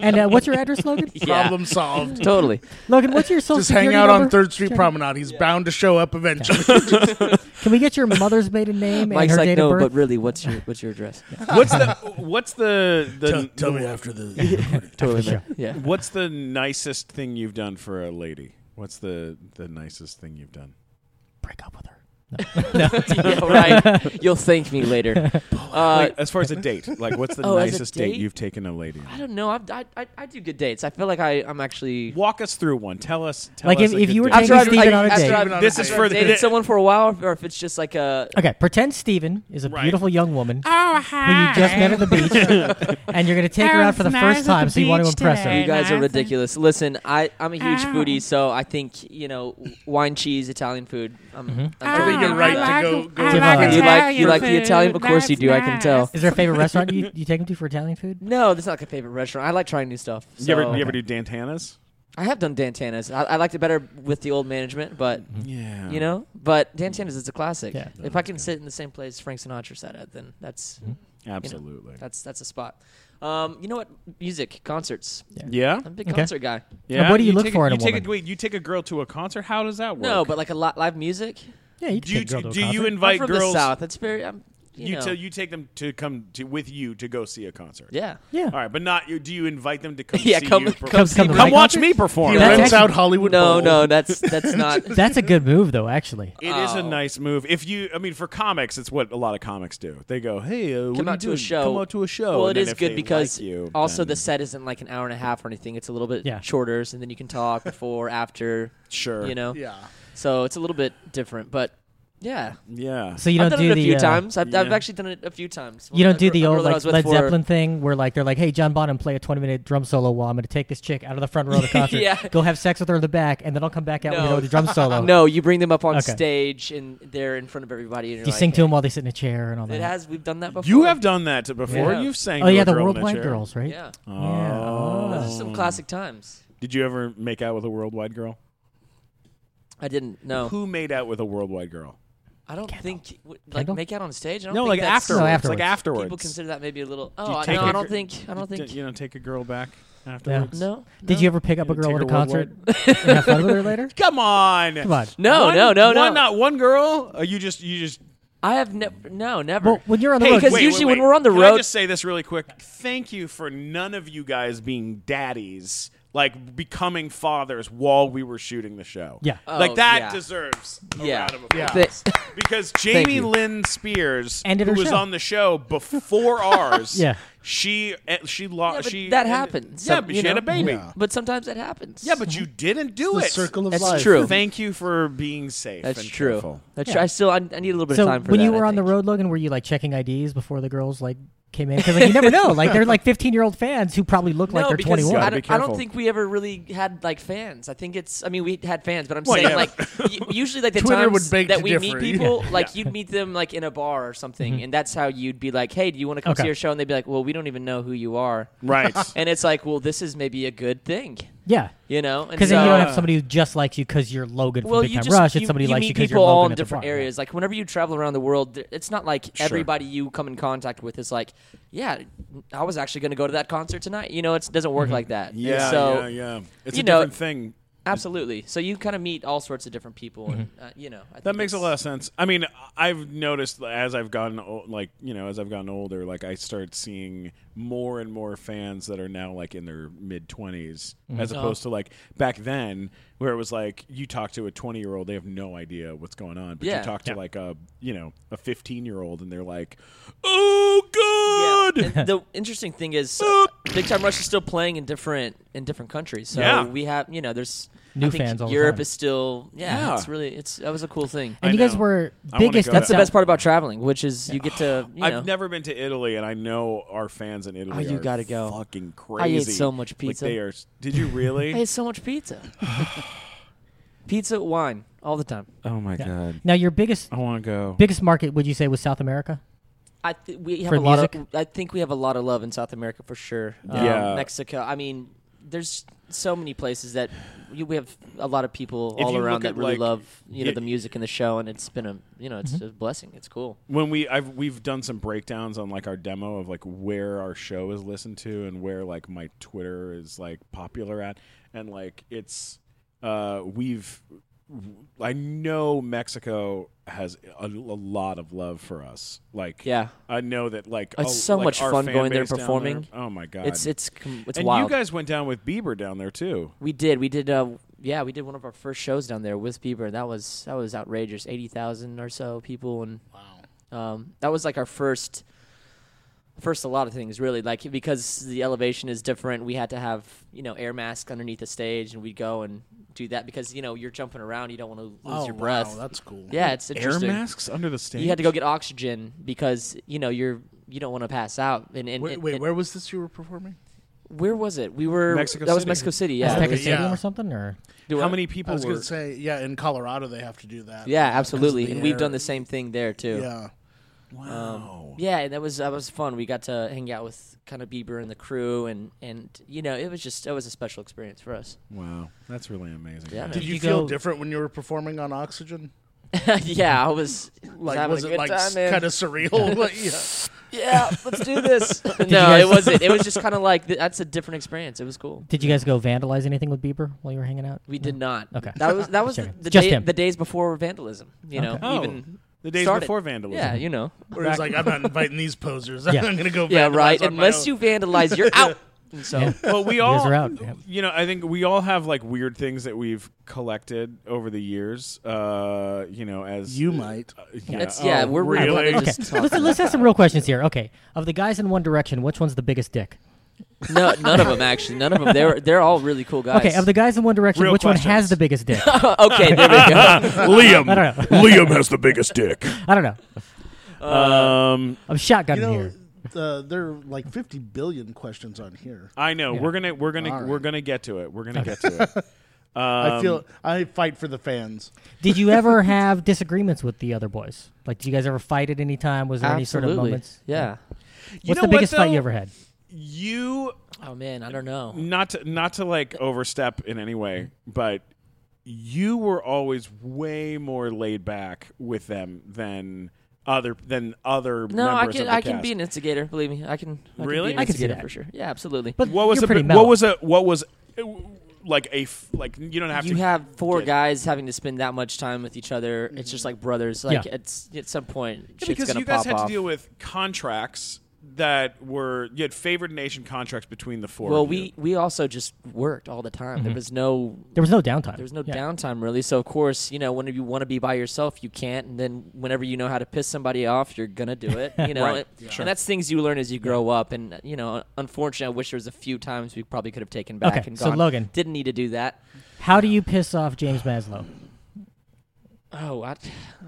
D: And uh, what's your address, Logan?
C: Yeah.
H: Problem solved.
C: Totally.
D: Logan, what's your social
H: Just hang
D: security
H: out on
D: number?
H: Third Street
D: Check it.
H: Promenade. He's bound to show up eventually.
D: Can we get your mother's maiden name and
C: Mike's
D: her
C: like,
D: date
C: no,
D: of
C: but
D: birth?
C: really, what's your what's your address?
B: what's the what's the the
H: tell, tell me after the.
C: totally. man. Yeah.
B: What's the nicest thing you've done for a lady? What's the the nicest thing you've done?
D: Break up with her.
C: yeah. Right. You'll thank me later. Uh,
B: Like, as far as a date, like what's the
C: Oh, as a
B: nicest date?
C: date?
B: you've taken a lady? on?
C: I don't know. I've, I, I I do good dates. I feel like I I'm actually
B: Walk us through one. Tell us. Tell
D: Like
B: us
D: if,
B: a
D: if
B: good
D: you were
B: date.
D: taking
C: After I've-
D: Steven
C: I-
D: on a
C: after
D: date.
C: I've-
B: This is
C: after
B: for
C: I've
B: the-
C: dated someone for a while, or if it's just like a
D: Okay, pretend Steven is a
B: Right.
D: beautiful young woman
F: Ah! "Oh,
D: who you just met at the beach, and you're going to take her out for the first time, so you want to impress
C: You
D: her.
C: guys are ridiculous. Listen, I, I'm a huge foodie, so I think, you know, wine, cheese, Italian food. I'm,
B: Mm-hmm.
C: I'm
H: I think
C: totally-
H: you're
F: Oh,
H: right to go. go
D: like
H: back.
D: it.
C: You Oh, like you
I: Italian
C: like the Italian? Of
I: food,
C: course you
I: that's
C: do. I can
I: nice.
C: tell.
D: Is there a favorite restaurant you, you take him to for Italian food?
C: No, that's not my favorite restaurant. I like trying new stuff.
B: You ever,
C: so-
B: you ever do Dantana's?
C: I have done Dantana's. I, I liked it better with the old management, but
B: Mm-hmm. Yeah.
C: you know, but Dantana's is a classic.
D: Yeah.
C: If I can sit in the same place Frank Sinatra sat at, then that's
B: Mm-hmm. Absolutely.
C: that's that's a spot. Um, you know what? Music concerts.
B: yeah.
C: I'm a big
D: Okay.
C: concert guy.
B: Yeah.
D: what do you look
B: take
D: for in
B: you
D: a
B: take
D: woman?
B: wait, you take a girl to a concert. How does that work?
C: No, but like a lot live music.
D: Yeah, you
B: do you,
D: can take a girl to
B: do
D: a
B: you
D: concert.
B: invite
C: I'm from
B: girls?
C: the
D: um,
C: south. It's very. I'm, you, know,
B: tell you take them to come to with you to go see a concert.
C: yeah,
D: Yeah.
B: All right, but not you. Do you invite them to come?
C: yeah.
B: see
C: Come,
B: you
C: come,
B: perform?
C: see
D: come
C: me.
D: to
B: come
D: my
B: watch
D: concert?
B: me perform.
A: He
D: That's
A: rents
D: actually-
A: out Hollywood
C: No,
A: Bowl.
C: no, that's that's not.
D: That's a good move, though. Actually,
B: It is a
C: Oh.
B: nice move. If you, I mean, for comics, it's what a lot of comics do. They go, "Hey, uh, what
C: come
B: are you
C: out to
B: doing?
C: a show.
B: Come out to a show."
C: Well,
B: Oh, And
C: it
B: then
C: is
B: if they
C: good because
B: like you,
C: also
B: then-
C: the set isn't like an hour and a half or anything. It's a little bit
D: Yeah.
C: shorter, so then you can talk before, after.
B: sure,
C: You know,
A: Yeah.
C: so it's a little bit different, but yeah,
B: yeah.
D: so you
C: I've done
D: don't do
C: it a
D: the
C: few
D: uh,
C: times. I've, I've
B: yeah.
C: actually done it a few times.
D: You don't
C: That
D: do
C: gr-
D: the
C: girl
D: old
C: that I
D: like
C: was with
D: Led
C: for-
D: Zeppelin thing where like they're like, "Hey, John Bonham, play a 20-minute drum solo while I'm going to take this chick out of the front row of the concert,
C: Yeah.
D: go have sex with her in the back, and then I'll come back out with
C: No.
D: her with a drum solo."
C: No, you bring them up on
D: Okay.
C: stage and they're in front of everybody. And you're
D: you
C: like,
D: sing to them while they sit in a chair and all that.
C: It has. We've done that before.
B: You have done that before.
C: Yeah.
B: You've sang.
D: oh
B: to
D: yeah,
B: a
D: the
B: girl in a
D: Worldwide
B: chair.
D: Girls, right?
C: Yeah.
D: Yeah.
B: Oh.
C: Those are some classic times.
B: Did you ever make out with a worldwide girl?
C: I didn't know.
B: Who made out with a worldwide girl?
C: I don't think like
D: Kendall?
C: make out on stage. I don't
B: No,
C: think
B: like
C: that's-
B: afterwards.
D: No,
B: Like
D: afterwards.
B: afterwards.
C: People consider that maybe a little.
B: you
C: Oh, I-
B: take
C: no,
B: a
C: I
B: gr-
C: don't think. I don't think.
B: You know, take a girl back afterwards.
C: No.
D: Did
C: no.
D: you ever pick up a
B: Did it
D: girl
B: take
D: at a
B: her
D: concert and have fun with her later?
B: Come on.
D: Come on.
C: No,
B: One-
C: no, no,
B: one,
C: no.
B: Not one girl. Or you just you just
C: I have never. No, never.
D: Well, when you're on the
C: Hey,
D: road,
C: 'cause
B: Wait,
C: usually
B: wait,
C: when
B: wait.
C: we're on the
B: Can I
C: road-
B: just say this really quick. Thank you for none of you guys being daddies, like becoming fathers while we were shooting the show.
D: Yeah.
B: like
C: Oh,
B: that
C: yeah.
B: deserves a
C: Yeah.
B: round of applause.
C: Th-
B: Because Jamie
C: you.
B: Lynn Spears,
D: Ended
B: who
D: her
B: was
D: show.
B: on the show before ours,
D: Yeah.
B: she eh, she lost.
C: Yeah, but
B: she
C: that
B: ended-
C: happens.
B: Yeah,
C: Some-
B: but
C: you
B: she had
C: know.
B: a baby.
A: Yeah.
C: but sometimes that happens.
B: Yeah, but you didn't do
A: The
B: it.
A: circle of
C: That's
A: life.
C: true.
B: Thank you for being safe.
C: That's
B: and
C: true.
B: careful.
C: That's
D: Yeah.
C: true. I still. I, I need a little bit
D: So
C: of time for
D: when
C: that.
D: you
C: I
D: were on the
C: think.
D: road, Logan, were you like checking IDs before the girls like came in? Because like you never know. Like they're like 15-year-old fans who probably look like
C: no,
D: they're
C: because
D: 21.
C: I
B: Gotta be
C: don't, I
B: careful.
C: don't think we ever really had like fans. I think it's. I mean, we had fans, but I'm
B: Well,
C: saying
B: yeah.
C: like y- usually like the
A: Twitter
C: times
A: would beg
C: that
A: to
C: we
A: differ,
C: meet
A: yeah.
C: people, like you'd meet them like in a bar or something, and that's how you'd be like, "Hey, do you want to come
D: Mm-hmm. Okay.
C: see our show?" And they'd be like, "Well, we don't even know who you are."
B: Right.
C: And it's like, well, this is maybe a good thing,
D: yeah.
C: you know? And
D: Because
C: so,
D: then you don't have somebody who just likes you because you're Logan from
C: well,
D: Big
C: you
D: Time
C: just
D: Rush.
C: you-
D: It's somebody who
C: you
D: likes you
C: meet
D: because you're
C: people all
D: Logan
C: in
D: at the
C: different
D: bar.
C: areas. Like whenever you travel around the world, th- it's not like everybody you come in contact with is like, yeah, I was actually going to go to that concert tonight. You know, it doesn't
D: Mm-hmm.
C: work like that. And
B: Yeah,
C: so
B: yeah, yeah. It's
C: you
B: a
C: know-
B: different thing.
C: absolutely. So you kind of meet all sorts of different people, and
D: Mm-hmm.
C: uh, you know, I think
B: That makes a
C: it's-
B: lot of sense. I mean, I've noticed as I've gotten o- like you know as I've gotten older, like I start seeing more and more fans that are now like in their mid 20s
C: Mm-hmm.
B: as
C: Uh-huh.
B: opposed to like back then where it was like you talk to a twenty year old, they have no idea what's going on, but
C: Yeah.
B: you talk to like a you know a fifteen year old and they're like, oh god,
C: Yeah, and the interesting thing is, uh, Big Time Rush is still playing in different in different countries. So
B: Yeah.
C: we have, you know, there's I
D: New
C: think
D: fans all the
C: Europe
D: time.
C: is still, yeah,
B: Yeah.
C: it's really, it's that was a cool thing.
D: And
B: I
D: you guys
B: know.
D: were
B: I wanna
D: biggest.
B: go
C: That's the
B: Yeah.
C: best part about traveling, which is you get to, you know,
B: I've never been to Italy, and I know our fans in Italy.
C: Oh, you
B: are
C: gotta go.
B: Fucking
C: I
B: crazy.
C: ate so much pizza.
B: Like they are. Did you really?
C: I ate so much pizza. pizza, wine, all the time.
E: Oh my god.
D: Now your biggest
E: I want to go.
D: biggest market would you say was South America?
C: I th- we have
D: For
C: a lot of.
D: music?
C: I think we have a lot of love in South America for sure. Um,
B: Yeah.
C: Mexico. I mean, there's so many places that you, we have a lot of people
B: If
C: all
B: you look
C: around
B: at,
C: that really
B: like,
C: love you know
B: y-
C: the music and the show, and it's been a you know it's
D: Mm-hmm.
C: a blessing. It's cool.
B: when we I've we've done some breakdowns on like our demo of like where our show is listened to and where like my Twitter is like popular at and like it's uh we've I know Mexico has a, a lot of love for us like
C: Yeah.
B: I know that like
C: It's
B: a-
C: so
B: like,
C: much
B: our
C: fun
B: fan
C: going there
B: base down
C: performing.
B: oh my god
C: It's it's com- it's
B: and
C: wild.
B: you guys went down with Bieber down there too
C: we did we did uh yeah we did one of our first shows down there with Bieber. That was that was outrageous. Eighty thousand or so people and Um, that was like our first, first a lot of things really. Like because the elevation is different, we had to have you know air mask underneath the stage, and we go and do that because you know you're jumping around, you don't want to lose
A: Oh,
C: your breath.
A: Wow, that's cool.
C: yeah, it's
B: air
C: interesting.
B: masks under the stage
C: You had to go get oxygen because you know you're you don't want to pass out. And, and
A: Wait,
C: and-
A: wait,
C: and-
A: where was this you were performing?
C: where was it? We were
B: Mexico
C: that was
B: City.
C: Mexico City. Yeah,
D: Azteca
A: Okay,
D: Stadium
A: yeah.
D: or something? Or
C: Do
B: how
C: I-
B: many
A: I
B: people
A: was
B: were
A: going to say, yeah, in Colorado they have to do that.
C: Yeah,
A: because of
C: absolutely.
A: the
C: And we've
A: air.
C: done the same thing there too.
A: Yeah.
B: wow
C: Yeah, and that was that was fun. We got to hang out with kind of Bieber and the crew, and and you know it was just it was a special experience for us.
B: wow that's really amazing
C: Yeah,
B: man.
A: Did
C: Did
A: you,
D: you
A: feel
D: go-
A: different when you were performing on oxygen?
C: yeah, I was
A: Like,
C: having
A: was
C: a
A: it
C: good
A: like
C: time, man.
A: kind of surreal? Like, yeah.
C: yeah, let's do this. no,
D: guys-
C: it wasn't. It was just kind of like th- that's a different experience. It was cool.
D: did you guys go vandalize anything with Bieber while you were hanging out?
C: We did not.
D: Okay.
C: That was that was
D: Just
C: the,
D: checking.
C: the
D: Just
C: day,
D: him.
C: the days before vandalism. You know,
D: Okay.
B: Oh.
C: even
B: The days
C: started.
B: before vandalism.
C: Yeah, you know.
H: Where he's like, I'm not inviting these posers.
D: Yeah.
H: I'm gonna go.
C: Yeah,
H: vandalize
C: right.
H: on my own."
C: Unless you vandalize, you're out. And so
B: But we all,
D: are out, yeah.
B: you know, I think we all have like weird things that we've collected over the years. Uh, you know, as
H: You might.
B: uh, yeah,
C: it's yeah,
B: oh,
C: we're we're
H: really?
C: probably
D: Okay,
C: just talking.
D: let's, let's ask some real questions here. Okay, of the guys in One Direction, which one's the biggest dick?
C: No, none of them actually. None of them. They're they're all really cool guys.
D: Okay, of the guys in One Direction,
B: Real
D: which one
B: questions.
D: has the biggest dick?
C: okay, there we go.
E: Liam.
D: I don't know.
E: Liam has the biggest dick.
D: I don't know.
C: Uh,
B: um,
D: I'm shotgunning
H: You know,
D: here.
H: uh, there are like 50 billion questions on here.
B: I know we're gonna we're gonna
H: All right.
B: we're gonna get to it. We're gonna get to it. Um,
H: I feel I fight for the fans.
D: Did you ever have disagreements with the other boys? Like, did you guys ever fight at any time? Was there any sort of
C: Absolutely.
D: moments?
C: Yeah.
B: You
D: What's
B: know
D: the biggest
B: what,
D: fight you
B: though?
D: ever had?
B: You
C: Oh man, I don't know.
B: not to, not to like overstep in any way, but you were always way more laid back with them than other than other.
C: No, I
B: members
C: can
B: Of the
C: I can
B: cast.
C: be an instigator. Believe me, I can. I
B: Really?
C: Can be
B: I
C: an
D: can see
C: instigator
D: that.
C: for sure. Yeah, absolutely.
D: But
B: What was
D: you're
B: a
D: pretty
B: bi-
D: mellow.
B: what was a what was uh, like a f- like you don't have
C: you
B: to
C: have four
B: get- Mm-hmm.
C: guys having to spend that much time with each other. It's just like brothers. Like
D: Yeah.
C: it's at some point,
B: Yeah,
C: shit's
B: because
C: gonna
B: you guys
C: pop
B: had
C: off.
B: to deal with contracts that were you had favored nation contracts between the four.
C: well,
B: of you.
C: we we also just worked all the time.
D: Mm-hmm.
C: There was no
D: There was no downtime.
C: there was no
D: Yeah.
C: downtime really. So of course, you know, whenever you want to be by yourself, you can't. And then whenever you know how to piss somebody off, you're gonna do it. You know,
B: Right.
C: and, and that's things you learn as you grow up. And you know, unfortunately, I wish there was a few times we probably could have taken back
D: Okay,
C: and
D: so
C: gone.
D: Logan.
C: didn't need to do that.
D: How do you piss off James Maslow?
C: Oh, I,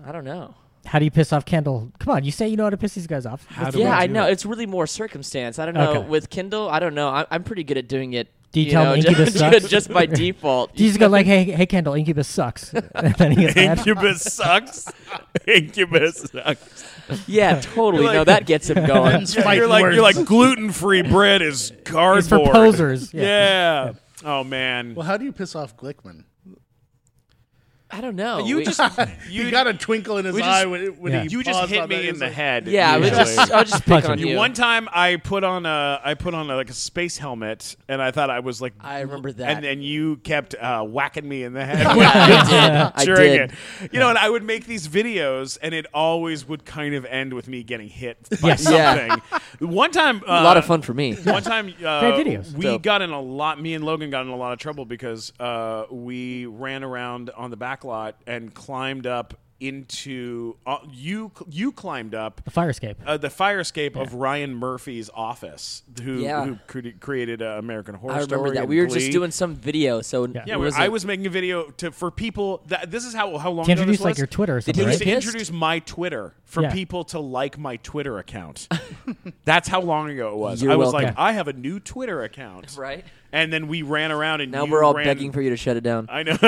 C: I don't know.
D: How do you piss off Kendall? Come on, you say you know how to piss these guys off. How
C: yeah, I know. It's really more circumstance. I don't know.
D: Okay.
C: With Kindle, I don't know. I, I'm pretty good at doing it.
D: Do you tell
C: know,
D: him Incubus
C: just,
D: sucks?
C: just by default.
D: Do you just go like, hey, hey, Kendall, Incubus sucks, and then he gets mad?
B: Incubus sucks. Incubus sucks.
C: yeah, totally.
B: You're
C: no,
B: like-
C: that gets him going.
H: It's
B: Yeah,
H: fighting
B: you're like
H: words.
B: you're like gluten free bread is cardboard.
D: It's for posers.
B: Yeah.
D: Yeah.
B: Oh man.
H: Well, how do you piss off Glickman?
C: I don't know.
B: you
C: We-
B: just
H: You got a twinkle in his
B: we just-
H: eye when, when
D: Yeah.
H: he
B: you just
H: paused
B: hit
H: on that.
B: me in
H: It's
B: the
H: like,
B: head.
C: Yeah, I was
B: usually.
C: just, I'll just
D: Punch
C: pick on
D: him.
C: you.
B: One time I put on a I put on a, like a space helmet and I thought I was like
C: I remember that.
B: Mm. and then you kept uh, whacking me in the head
C: I did. I
B: during
C: did.
B: it. You know, and I would make these videos and it always would kind of end with me getting hit by
D: Yes.
C: Yeah.
B: something. One time uh,
C: A lot of fun for me.
B: um, one time uh,
D: Great videos.
B: we
C: Dope.
B: got in a lot me and logan got in a lot of trouble because uh, we ran around on the back lot and climbed up into uh, you you climbed up
D: The fire escape.
B: uh, the fire escape of Ryan Murphy's office, who,
C: Yeah.
B: who cre- created uh, American Horror
C: I remember
B: Story.
C: that.
B: and
C: We were
B: Glee.
C: just doing some video, so
B: Yeah,
C: it
B: we-
C: was
B: I
C: a-
B: was making a video to for people. That, this is how how long
D: To
B: ago
D: introduce
B: this
D: like
B: was?
D: your Twitter or
C: Did he
D: something,
B: It was
D: right?
B: to
C: pissed?
B: introduce my Twitter for
D: Yeah.
B: people to like my Twitter account. That's how long ago it was.
C: You're
B: I was
C: welcome.
B: like, I have a new Twitter account,
C: right.
B: And then we ran around and
C: Now
B: you
C: we're all
B: ran-
C: begging for you to shut it down.
B: I know.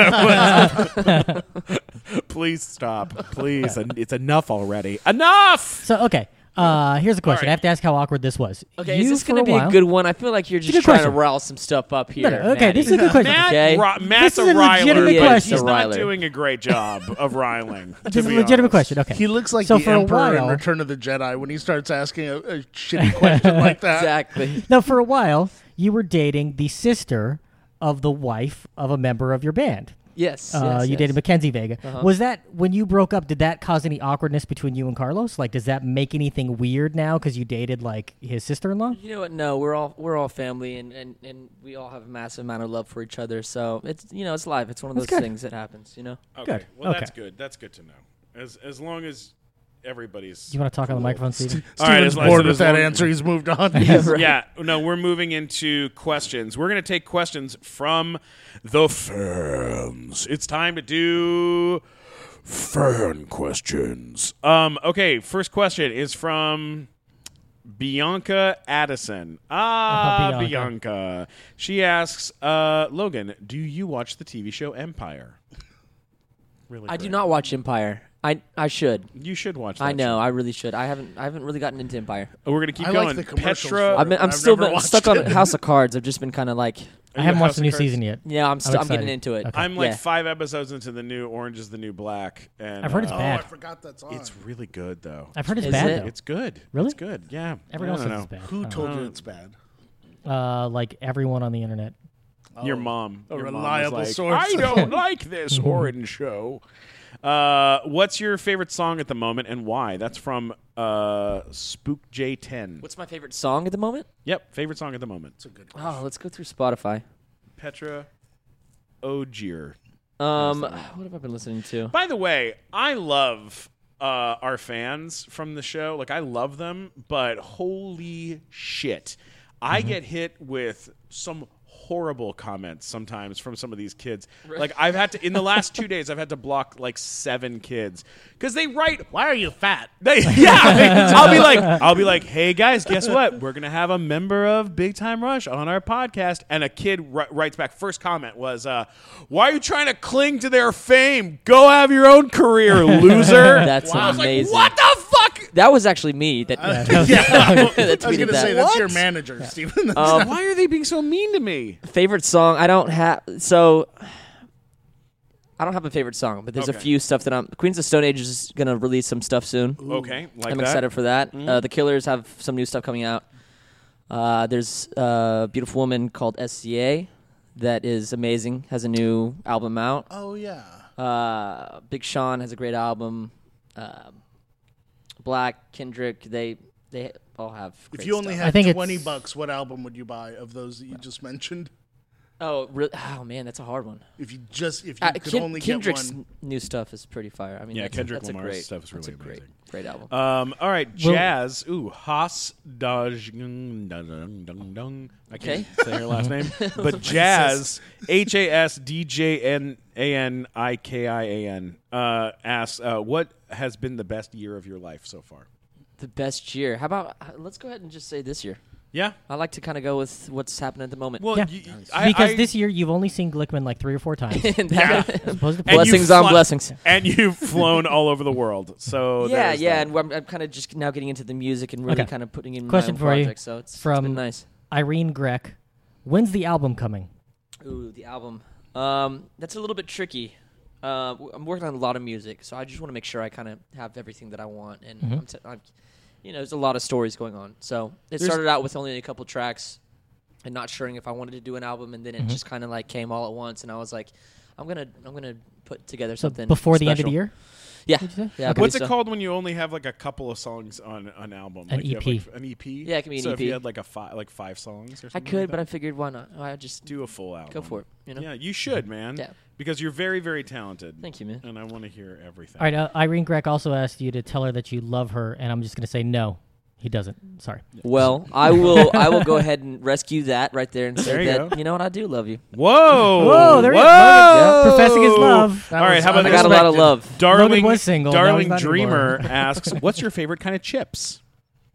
B: It was- Please stop. Please, En- it's enough already. Enough.
D: So okay, uh, here's a question.
B: right.
D: I have to ask how awkward this was.
C: Okay,
D: You,
C: is this
D: for
C: going
D: a
C: to be a
D: while-
C: good one? I feel like you're
D: a
C: just
D: good
C: trying to
D: question.
C: rile some stuff up
D: No,
C: here.
D: no, okay, this is a
C: Maddie.
D: good question.
B: Matt,
C: Okay.
B: Ri- Matt's
D: This is a
B: riler,
D: legitimate
B: but
D: question.
B: he's not
C: Riler.
B: doing a great job of riling. to
D: This is a
B: be
D: legitimate
B: honest.
D: question. Okay,
H: He looks like
D: so
H: the
D: for
H: Emperor
D: a while,
H: in Return of the Jedi when he starts asking a, a shitty question like that.
C: Exactly.
D: Now, for a while, you were dating the sister of the wife of a member of your band.
C: Yes.
D: Uh,
C: yes,
D: you
C: yes. Uh-huh.
D: dated Mackenzie Vega. Was that when you broke up? Did that cause any awkwardness between you and Carlos? Like, does that make anything weird now because you dated like his sister-in-law?
C: You know what? No, we're all we're all family, and, and, and we all have a massive amount of love for each other. So it's you know it's life. It's one of those
D: That's good.
C: things that happens. You know.
B: Okay.
D: Good.
B: Well,
D: Okay.
B: that's good. That's good to know. As as long as everybody's.
D: Do you want to talk on the microphone, Steven?
B: All right,
H: Steven's
B: as long-
H: bored
B: as
H: with that
B: long-
H: answer. He's moved on.
B: Yeah, no, we're moving into questions. We're going to take questions from the fans. It's time to do
E: Fern questions.
B: um okay, first question is from Bianca Addison. Ah,
D: Ah,
B: Bianca.
D: Bianca.
B: She asks, uh, Logan, do you watch the TV show Empire? Really?
C: I do
B: great.
C: not watch Empire. I I should.
B: You should watch that
C: I know.
B: show.
C: I really should. I haven't I haven't really gotten into Empire.
B: We're going to keep
H: I like
B: going.
H: the commercials
B: Petra
H: for
C: I've been, I'm
H: I've
C: still
H: never
C: been
H: watched
C: stuck on
H: it.
C: House of Cards. I've just been kind of like
D: I haven't watched
B: House
D: the new
B: of Cards?
D: season yet.
C: yeah. I'm still I'm, getting
D: excited.
C: into it.
D: Okay.
B: I'm like
C: Yeah.
B: five episodes into the new Orange is the New Black, and
D: I've heard it's
B: uh,
H: Oh, I
D: bad.
H: forgot that's on.
B: It's really good though.
D: I've heard it's
C: Is
D: bad
C: it?
D: though.
B: It's good.
D: Really?
B: It's good. Yeah. I
D: everyone else
B: don't
D: says it's
B: know.
D: bad.
H: Who
D: Uh,
H: told
B: Uh-huh.
H: you it's bad?
D: Uh, like everyone on the internet.
B: Your mom.
H: Oh, A
B: Your mom was
H: reliable
B: like,
H: source.
B: I don't like this orange show. Uh, what's your favorite song at the moment and why? That's from uh, Spook J10.
C: What's my favorite song at the moment?
B: yep, favorite song at the moment.
C: Oh, let's go through Spotify.
B: Petra Ogier.
C: Um, what have I been listening to?
B: By the way, I love uh, our fans from the show. Like, I love them, but holy shit. I get hit with some horrible comments sometimes from some of these kids. Like, I've had to, in the last two days, I've had to block like seven kids because they write
H: Why are you fat?
B: They, yeah, I'll be like, I'll be like, hey guys, guess what? We're gonna have a member of Big Time Rush on our podcast, and a kid wri- writes back. First comment was, uh, "Why are you trying to cling to their fame? Go have your own career, loser."
C: That's
B: I was like,
C: amazing.
B: what the fuck?
C: That was actually me that, that
H: I was
C: tweeted
H: gonna
C: that.
H: say that's your manager, Stephen.
B: Uh, Why are they being so mean to me?
C: favorite song I don't have so I don't have a favorite song, but there's
B: Okay.
C: a few stuff that I'm Queens of Stone Age is gonna release some stuff soon.
B: Okay, like
C: I'm
B: that. Mm-hmm.
C: excited for that. Uh, the Killers have some new stuff coming out. Uh, there's a beautiful woman called SCA that is amazing. Has a new album out.
H: oh yeah.
C: Uh, Big Sean has a great album. Uh, Black Kendrick they they all have.
H: If
C: great
H: you only
C: stuff.
H: had
D: I think it's-
H: twenty bucks, what album would you buy of those that you just mentioned?
C: oh re- oh man, that's a hard one.
H: If you just if you
C: Uh,
H: could
C: Ken-
H: only
C: Kendrick's
H: get one,
C: new stuff is pretty fire. I mean,
B: Yeah,
C: that's,
B: Kendrick
C: that's
B: Lamar's
C: a great,
B: stuff is
C: that's
B: really
C: a great,
B: amazing.
C: Great album.
B: Um, all right, jazz. Ooh, Haas Daj. Dung, dung, dung, dung. I can't say her last name, but jazz. H A S D J N A N I K I A N. Uh, asks, uh, what has been the best year of your life so far?
C: the best year. How about uh, let's go ahead and just say this year.
B: Yeah.
C: I like to kind of go with what's happening at the moment.
B: Well,
D: Yeah.
B: you- you- I-
D: Because
B: I-
D: this year you've only seen Glickman like three or four times.
C: And that-
D: as opposed to
B: and you've
C: blessings on
B: flo-
C: blessings.
B: and you've flown all over the world.
H: Oh,
B: So
C: yeah,
B: there's
C: yeah,
B: that.
C: and I'm, I'm kind of just now getting into the music and really
D: Okay.
C: kind of putting in my
D: Question
C: own
D: for you
C: project. So it's, it's
D: from-
C: been nice.
D: Irene Grek. When's the album coming?
C: Ooh, the album. Um, that's a little bit tricky. Uh, w- I'm working on a lot of music, so I just want to make sure I kind of have everything that I want. And
D: Mm-hmm.
C: I'm t- I'm, you know, there's a lot of stories going on. So it started out with only a couple tracks, and not sure if I wanted to do an album, and then
D: Mm-hmm.
C: it just kind of like came all at once. And I was like, I'm gonna, I'm gonna put together
D: So
C: something
D: before the end of the
C: special.
D: year?
C: Yeah,
D: you say?
C: yeah. I
D: Okay.
C: believe
B: What's it
C: so.
B: called when you only have like a couple of songs on an album?
D: An E
B: Like, you have,
D: EP.
B: like, an EP.
C: Yeah, it can be an
B: so if
C: EP.
B: you had like a fi- like five songs or
C: I
B: something.
C: could,
B: like
C: but
B: that?
C: I figured why not? I just
B: do a full album.
C: go for it. You know.
B: Yeah, you should, man.
C: Yeah.
B: Because you're very, very talented.
C: Thank you, man.
B: And I want to hear everything.
D: All right, uh, Irene Grek also asked you to tell her that you love her, and I'm just going to say no. He doesn't. Sorry.
C: Well, I will. I will go ahead and rescue that right there and
B: There
C: say
B: you
C: that
B: go.
C: you know what I do love you.
B: Whoa!
D: Whoa, there he
B: whoa!
D: is. Logan, yeah. Professing his love.
B: All right, how about
C: I
B: this
C: got a lot of
B: one?
C: love.
B: Darling,
D: Logan was single, now
B: Darling
D: he's not
B: Dreamer
D: anymore.
B: asks, "What's your favorite kind of chips?"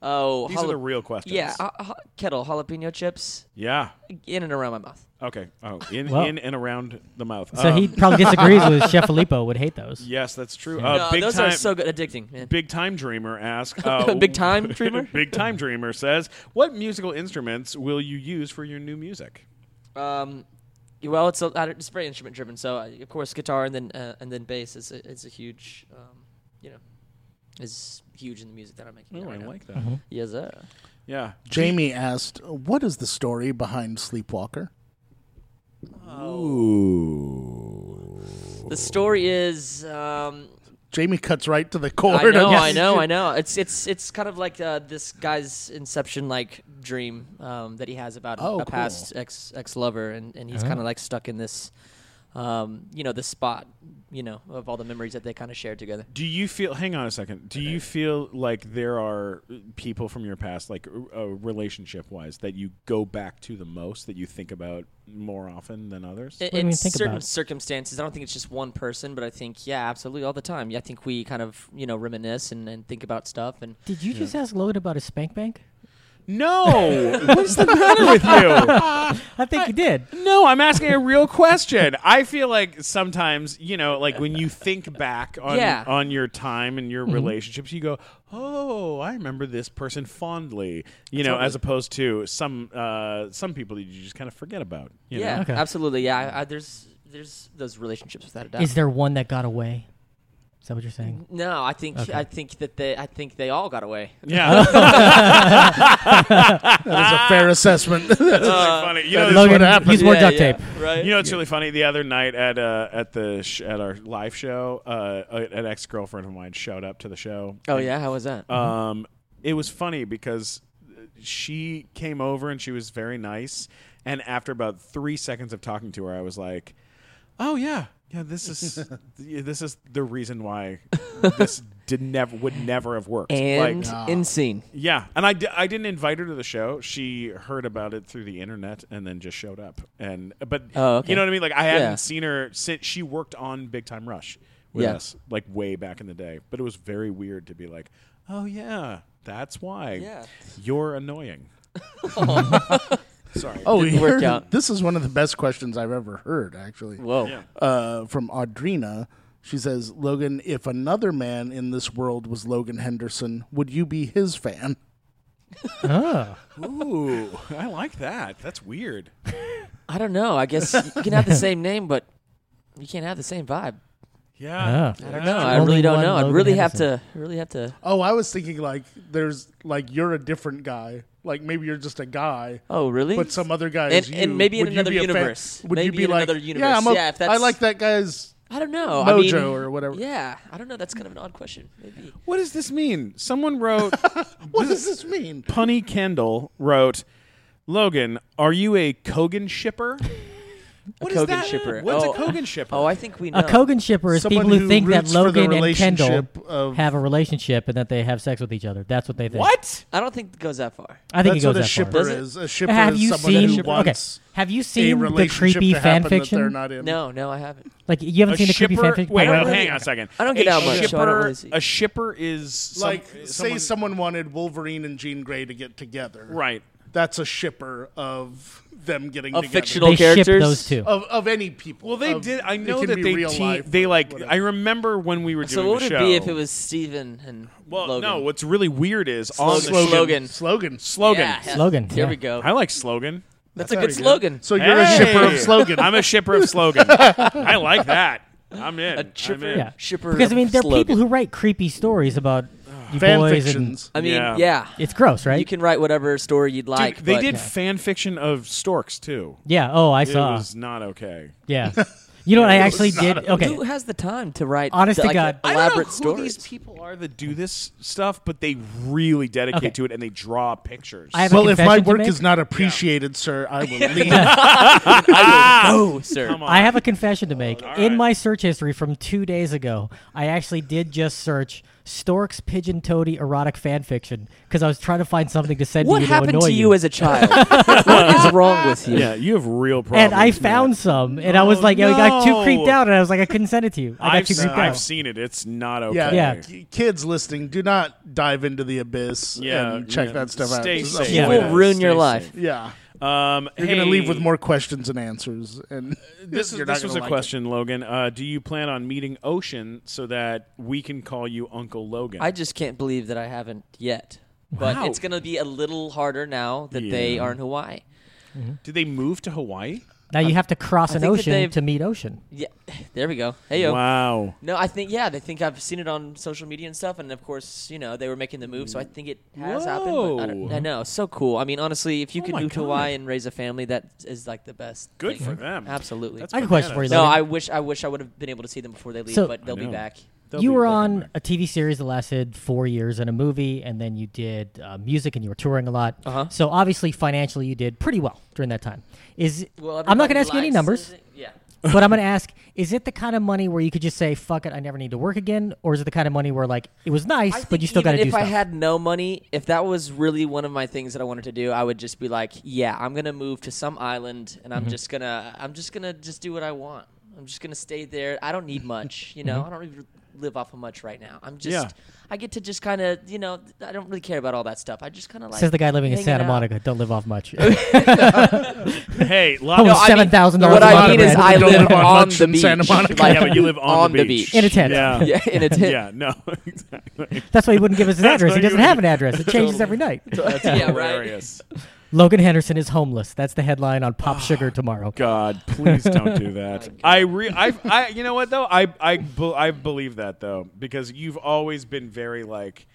C: Oh,
B: These are
C: jala-
B: the real questions.
C: Yeah, uh, uh, kettle jalapeno chips
B: Yeah.
C: in and around my mouth.
B: Okay. Oh, in
D: Well-
B: in and around the mouth.
D: So
B: Um,
D: he probably disagrees with Chef Filippo, would hate those.
B: Yes, that's true.
D: Yeah.
B: Uh,
C: no,
B: big
C: those
B: time,
C: are so good, addicting, man.
B: Big time dreamer asks. Uh,
C: Big Time Dreamer?
B: big time dreamer says, "What musical instruments will you use for your new music?"
C: Um, well, it's a, it's very instrument driven, so uh, of course guitar and then uh, and then bass is a, is a huge, um, you know, is huge in the music that I'm making.
B: Oh,
C: right
B: I
C: now.
B: like that.
C: Yes, sir.
B: Yeah.
H: Jamie asked, "What is the story behind Sleepwalker?"
C: The story is. Um,
H: Jamie cuts right to the core.
C: I know,
H: Yes.
C: I know, I know. It's it's it's kind of like uh, this guy's inception like dream um, that he has about a-
H: Oh,
C: a
H: cool.
C: past ex ex lover, and and he's
D: Uh-huh.
C: kind of like stuck in this, um, you know, this spot, you know, of all the memories that they kind of shared together.
B: Do you feel? Hang on a second. Do you feel like there are people from your past, like uh, relationship-wise, that you go back to the most, that you think about more often than others?
C: In,
D: do you
C: in
D: mean think
C: certain
D: about?
C: circumstances, I don't think it's just one person, but I think yeah, absolutely, all the time. Yeah, I think we kind of you know reminisce and, and think about stuff, and
D: Did you just ask Logan about his spank bank?
B: no. What's the matter with you?
D: I think you did.
B: No, I'm asking a real question. I feel like sometimes, you know, like when you think back on
C: Yeah.
B: on your time and your relationships, you go, "Oh, I remember this person fondly," you know, as opposed to some uh, some people that you just kind of forget about. You
C: yeah,
B: know?
D: Okay.
C: absolutely, yeah. I, I, there's there's those relationships without a doubt.
D: Is there one that got away? that what you're saying?
C: No, I think I think that they I think they all got away.
B: Yeah,
A: That is a fair assessment.
B: That's funny. You know, this-
D: Logan,
A: what happened.
D: use more
C: Yeah,
D: duct
C: yeah,
D: tape.
C: right?
B: You know, it's really funny. The other night at uh, at the sh- at our live show, uh, an ex girlfriend of mine showed up to the show.
C: oh yeah, how was that?
B: Um, it was funny because she came over and she was very nice. And after about three seconds of talking to her, I was like, "Oh yeah, yeah, this is yeah, this is the reason why this did never would never have worked."
C: and
B: like,
C: in scene.
B: yeah, and I, di- I didn't invite her to the show. She heard about it through the internet and then just showed up. And but
C: Oh, okay.
B: you know what I mean? Like I haven't
C: Yeah.
B: seen her since she worked on Big Time Rush with
C: Yeah.
B: us, like way back in the day. But it was very weird to be like, oh yeah, that's why
C: Yeah.
B: you're annoying.
A: Oh,
C: Didn't work
A: here-
C: out.
A: This is one of the best questions I've ever heard, actually.
C: Whoa.
A: Uh, from Audrina. She says, Logan, if another man in this world was Logan Henderson, would you be his fan?
B: Ooh, I like that. That's weird.
C: I don't know. I guess you can have the same name, but you can't have the same vibe.
B: Yeah,
D: Yeah.
C: I don't know. I
D: Only
C: really don't
D: one
C: know. I'd
D: Logan
C: really have to
D: Henderson.
C: really have to.
A: Oh, I was thinking like there's like you're a different guy. Like maybe you're just a guy.
C: Oh, really?
A: But some other guy
C: And-
A: is you.
C: and maybe in
A: Would you
C: another
A: be a fan-
C: universe.
A: Would you
C: Maybe
A: be
C: in
A: like,
C: another
A: Yeah,
C: universe.
A: I'm a,
C: Yeah, if
A: I
C: that's-
A: like that guy's.
C: I don't know. I
A: Mojo
C: mean,
A: or whatever.
C: Yeah, I don't know. That's kind of an odd question. Maybe.
B: What does this mean? Someone wrote.
A: What does this mean?
B: Punny Kendall wrote, Logan, are you a Kogan shipper? What is
C: Kogan
B: that?
C: shipper.
B: What's
C: Oh,
B: a Kogan shipper?
C: Oh, I think we know.
D: A Kogan shipper is
A: Someone
D: people who,
A: who
D: think that
A: roots for the
D: Logan and Kendall
A: relationship of-
D: have a relationship and that they have sex with each other. That's what they think.
B: what?
C: I don't think it goes that far.
D: I think
A: That's
D: it goes
A: what a
D: that
A: shipper
D: far.
C: Does it?
A: is. A shipper
D: Have
A: is
D: you
A: someone
D: seen?
A: who
D: Okay.
A: wants
D: Have you
A: a
D: seen the
A: relationship
D: creepy
A: to
D: fan
A: happen that they're
D: fiction?
A: not in.
C: No, no, I haven't.
D: Like you haven't
B: a
D: seen the creepy fan
B: shipper?
D: fiction?
B: Wait,
D: Oh,
B: no,
D: really?
B: hang on a second.
C: I don't get
B: a
C: out much,
B: Shipper,
C: so I don't really see.
B: A shipper is some-
A: like say
B: someone-
A: someone wanted Wolverine and Jean Grey to get together.
B: right.
A: That's a shipper of them getting
C: Of
A: together.
C: fictional
D: They ship
C: characters. Oh,
D: those two.
A: of of any people.
B: Well, they
A: Of-
B: did. I
A: Um, it
B: know
A: can
B: that
A: be
B: they
A: real
B: te-
A: life
B: they
A: or
B: like.
A: whatever.
B: I remember when we were doing
C: So what would
B: the show.
C: it be if it was Steven and
B: Well,
C: Logan?
B: no. What's really weird is on the
C: Slogan.
B: show-
C: Logan.
A: slogan.
B: slogan.
C: Yeah, yeah.
D: Slogan,
C: Here
D: yeah.
C: we go.
B: I like slogan.
C: That's, a good slogan.
A: So you're a shipper of
B: Hey!
A: slogan.
B: I'm a shipper of slogan. I like that. I'm in.
C: a
B: I'm
C: chipper,
B: in.
D: Yeah.
C: shipper.
D: Because I mean, there are
C: slogan.
D: people who write creepy stories about you
A: fan
D: boys,
A: fictions.
C: I mean,
B: Yeah.
C: yeah.
D: and it's gross, right?
C: You can write whatever story you'd like.
B: Dude, they
C: but-
B: did fan fiction of storks too.
D: yeah. Oh, I
B: It
D: saw.
B: was not okay.
D: yeah. You know what? I actually did. Okay.
C: Who has the time to write?
D: Honest to
C: like,
D: God.
B: I
C: elaborate
B: don't know who
C: stories.
B: these people are that do this stuff, but they really dedicate
D: Okay.
B: to it and they draw pictures.
D: I have
A: well,
D: a
A: if my
D: confession to
A: work
D: make.
A: is not appreciated, sir, I will leave.
C: oh, sir.
B: Come on.
D: I have a confession to make.
B: Oh, right.
D: In my search history from two days ago, I actually did just search Stork's Pigeon Toady erotic fan fiction because I was trying to find something to send
C: What
D: to you to
C: happened
D: annoy
C: to
D: you.
C: you as a child? what is wrong with you?
B: yeah, you have real problems.
D: and I
B: man.
D: found some, and I was
B: Oh,
D: like, I got too
B: no.
D: creeped out, and I was like, I couldn't send it to you. I got
B: I've,
D: too
B: seen,
D: creeped
B: I've
D: out.
B: seen it. It's not okay.
A: Yeah,
D: Yeah.
A: K- Kids listening, do not dive into the abyss
B: Yeah,
A: and check
B: yeah.
A: that stuff out.
B: Stay
A: Just
B: safe.
A: avoid
D: Yeah.
A: it.
C: Will ruin
B: Stay
C: your
B: safe.
C: life.
A: Yeah.
B: Um,
A: You're going
B: hey,
A: to leave with more questions and answers. And
B: This, is,
A: you're not
B: this was
A: gonna
B: a
A: like
B: question, Logan. Uh, do you plan on meeting Ocean so that we can call you Uncle Logan?
C: I just can't believe that I haven't yet. But
B: Wow.
C: it's going to be a little harder now that they
B: Yeah.
C: are in Hawaii.
B: Did they move to Hawaii?
D: Now you have to cross
C: I
D: an
C: think that
D: ocean
C: they've-
D: to meet ocean.
C: Yeah, there we go. Hey yo.
B: Wow.
C: No, I think yeah, they think I've seen it on social media and stuff, and of course, you know, they were making the move, so I think it has happened. But I, don't,
B: Mm. Whoa.
C: I know, so cool. I mean, honestly, if you
B: Oh
C: could
B: my
C: move to
B: God.
C: Hawaii and raise a family, that is like the best.
B: Good
C: thing.
B: for them.
C: Absolutely.
B: That's
D: I have a question
B: bananas.
D: for you,
C: no,
D: Logan.
C: I wish I wish I would have been able to see them before they leave,
D: So-
C: but they'll
B: I
C: be
B: know.
C: back.
B: They'll
D: you
B: be-
D: were
B: they'll be
D: on
B: back.
D: a TV series that lasted four years and a movie, and then you did uh, music and you were touring a lot.
C: Uh-huh.
D: So obviously, financially, you did pretty well during that time. Is
C: Well,
D: I'm not going
C: everybody
D: to ask you any
C: likes-
D: numbers,
C: Yeah.
D: but I'm going to ask: Is it the kind of money where you could just say "fuck it, I never need to work again," or is it the kind of money where like it was
C: I
D: nice, but
C: think
D: you still got
C: even
D: to do
C: if
D: stuff?
C: I had no money, if that was really one of my things that I wanted to do, I would just be like, yeah, I'm gonna move to some island, and I'm
D: Mm-hmm.
C: just gonna, I'm just gonna just do what I want. I'm just gonna stay there. I don't need much, you
D: Mm-hmm.
C: know. I don't even live off of much right now. I'm just,
B: Yeah.
C: I get to just kind of, you know, I don't really care about all that stuff. I just kind of like
D: Says the guy living in
C: hanging
D: Santa
C: out.
D: Monica. Don't live off much.
B: Hey,
D: Oh,
B: Lava
D: it's $7,000
C: What
D: a
C: I
D: month
C: mean
D: of
C: is
D: rent.
C: I
A: Don't
C: live
A: live on
C: on
A: much
C: the
A: in
C: beach.
A: Santa Monica.
C: Like,
B: yeah, but you live on,
C: on
B: the beach.
D: In a tent.
B: Yeah.
C: Yeah, in a tent.
B: Yeah, no, exactly.
D: That's why he wouldn't give us his address.
B: why
D: He doesn't
B: you-
D: have an address. It changes every night.
C: yeah, right.
B: Hilarious.
D: Logan Henderson is homeless. That's the headline on Pop
C: Ah.
D: Sugar tomorrow.
B: God, please don't do
C: Oh,
B: that. I re I, I you know what though? I I be- I believe that though because you've always been very like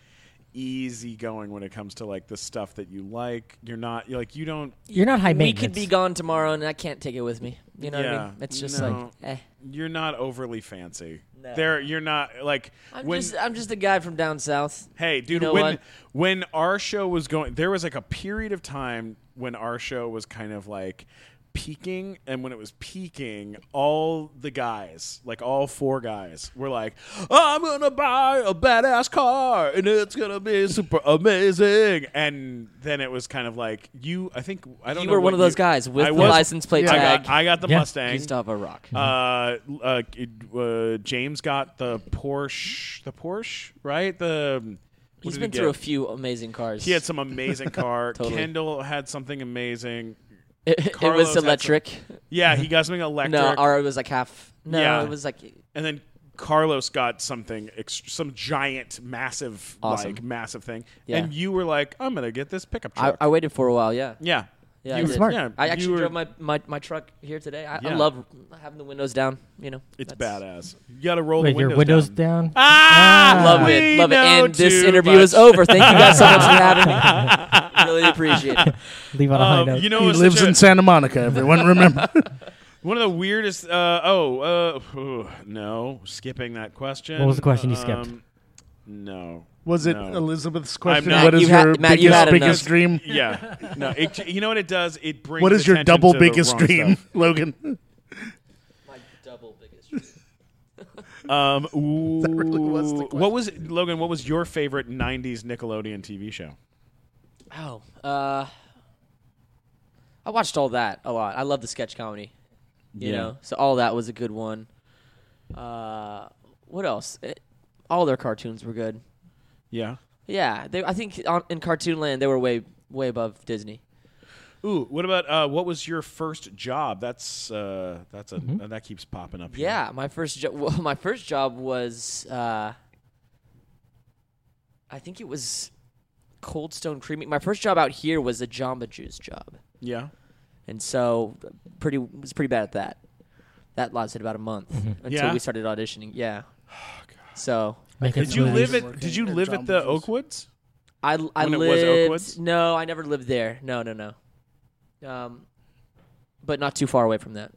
B: easygoing when it comes to like the stuff that you like. You're not you're like you don't
D: You're not high
C: we
D: maintenance.
C: could be gone tomorrow, and I can't take it with me. You know what I
B: Yeah.
C: mean? It's just
B: No.
C: like, eh.
B: you're not overly fancy.
C: No.
B: There you're not like
C: I'm
B: when
C: just I'm just a guy from down south.
B: Hey, dude,
C: know
B: when
C: what?
B: when our show was going, there was like a period of time when our show was kind of like peaking and when it was peaking all the guys like all four guys were like i'm gonna buy a badass car and it's gonna be super amazing and then it was kind of like you i think i don't
C: You
B: know
C: were one
B: what
C: of those
B: you-
C: guys with
B: I
C: the
B: was-
C: license plate
B: I
C: tag.
B: got, I got the
D: Yeah.
B: mustang
C: Gustavo Rock.
B: uh, uh, it- uh, James got the Porsche, the Porsche, right? The um, what
C: He's
B: did he
C: been through a
B: get?
C: few amazing cars.
B: He had some amazing car.
C: Totally.
B: Kendall had something amazing.
C: It, it
B: Carlos
C: was
B: had some-
C: electric.
B: Yeah, he got something electric.
C: No, or it was like half. No,
B: Yeah.
C: it was like
B: and then Carlos got something, ex- some giant, massive,
C: Awesome.
B: like massive thing.
C: Yeah.
B: And you were like, "I'm gonna get this pickup
C: I,
B: truck."
C: I waited for a while. Yeah.
B: yeah, You
C: Yeah, I
B: were-
C: did.
D: Smart.
B: yeah,
C: I
B: you
C: actually
B: were-
C: drove my, my, my truck here today. I, I
B: Yeah.
C: love having the windows down. You know,
B: It's
C: That's-
B: badass. You gotta roll
D: Wait,
B: the
D: your
B: windows,
D: windows
B: down.
D: down.
B: Ah,
C: Love
B: we
C: it, love it.
B: know
C: And this
B: too
C: interview
B: much.
C: is over. Thank you guys so much for having me. Really appreciate it.
D: Leave on a high
B: Um,
D: note.
B: you know,
H: He
B: it's
H: lives
B: such a-
H: in Santa Monica, everyone remember.
B: One of the weirdest. Uh, oh, uh, ooh, no, skipping that question. Um,
D: What was the question you skipped?
B: No.
H: Was it
B: No.
H: Elizabeth's question?
B: not-
H: What is
C: Matt, you
H: your
C: had- Matt, you
H: biggest,
C: had enough.
H: biggest dream?
B: Yeah. No. It, you know what it does? It brings.
H: What is your
B: attention
H: double
B: to the
H: biggest
B: wrong
H: dream,
B: stuff.
H: Logan?
C: My double biggest.
B: Um.
H: really was the
B: ooh, what was Logan? What was your favorite '90s Nickelodeon TV show?
C: Oh, uh, I watched all that a lot. I love the sketch comedy. You
B: Yeah.
C: know, so all that was a good one. Uh, what else? It, all their cartoons were good.
B: Yeah.
C: Yeah, they, I think on, in Cartoon Land they were way way above Disney.
B: Ooh. What about uh? What was your first job? That's uh. That's a
H: Mm-hmm.
B: that keeps popping up. Here.
C: Yeah, my first job. Well, my first job was, uh, I think it was Cold Stone Creamery. My first job out here was a Jamba Juice job,
B: Yeah.
C: and so pretty was pretty bad at that. That lasted about a month until
B: Yeah?
C: we started auditioning. Yeah.
B: Oh,
C: So
D: Making
B: Did you
D: smoothies.
B: live
H: Working
B: at Did you
H: at
B: live at
H: Jamba
B: the
H: Juice.
B: Oakwoods?
C: I I
B: When it was
C: lived.
B: Oakwoods?
C: no, I never lived there. No, no, no. Um, but not too far away from that.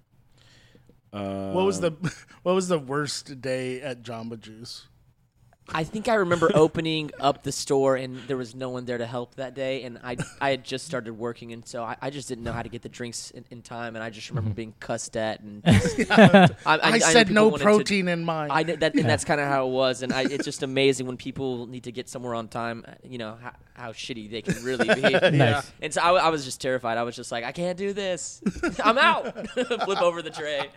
B: Uh,
H: What was the
C: Um,
H: What was the worst day at Jamba Juice?
C: I think I remember opening up the store and there was no one there to help that day, and I I had just started working, and so I, I just didn't know how to get the drinks in, in time, and I just remember being cussed at, and just- Mm-hmm. I,
H: I,
C: know
H: said
C: people
H: no
C: wanted to-
H: protein in mine.
C: I kn- that, and that's kind of how it was, and I, it's just amazing when people need to get somewhere on time. You know how, how shitty they can really be.
D: Nice.
C: And so I, w- I was just terrified. I was just like, I can't do this. I'm out. Flip over the tray.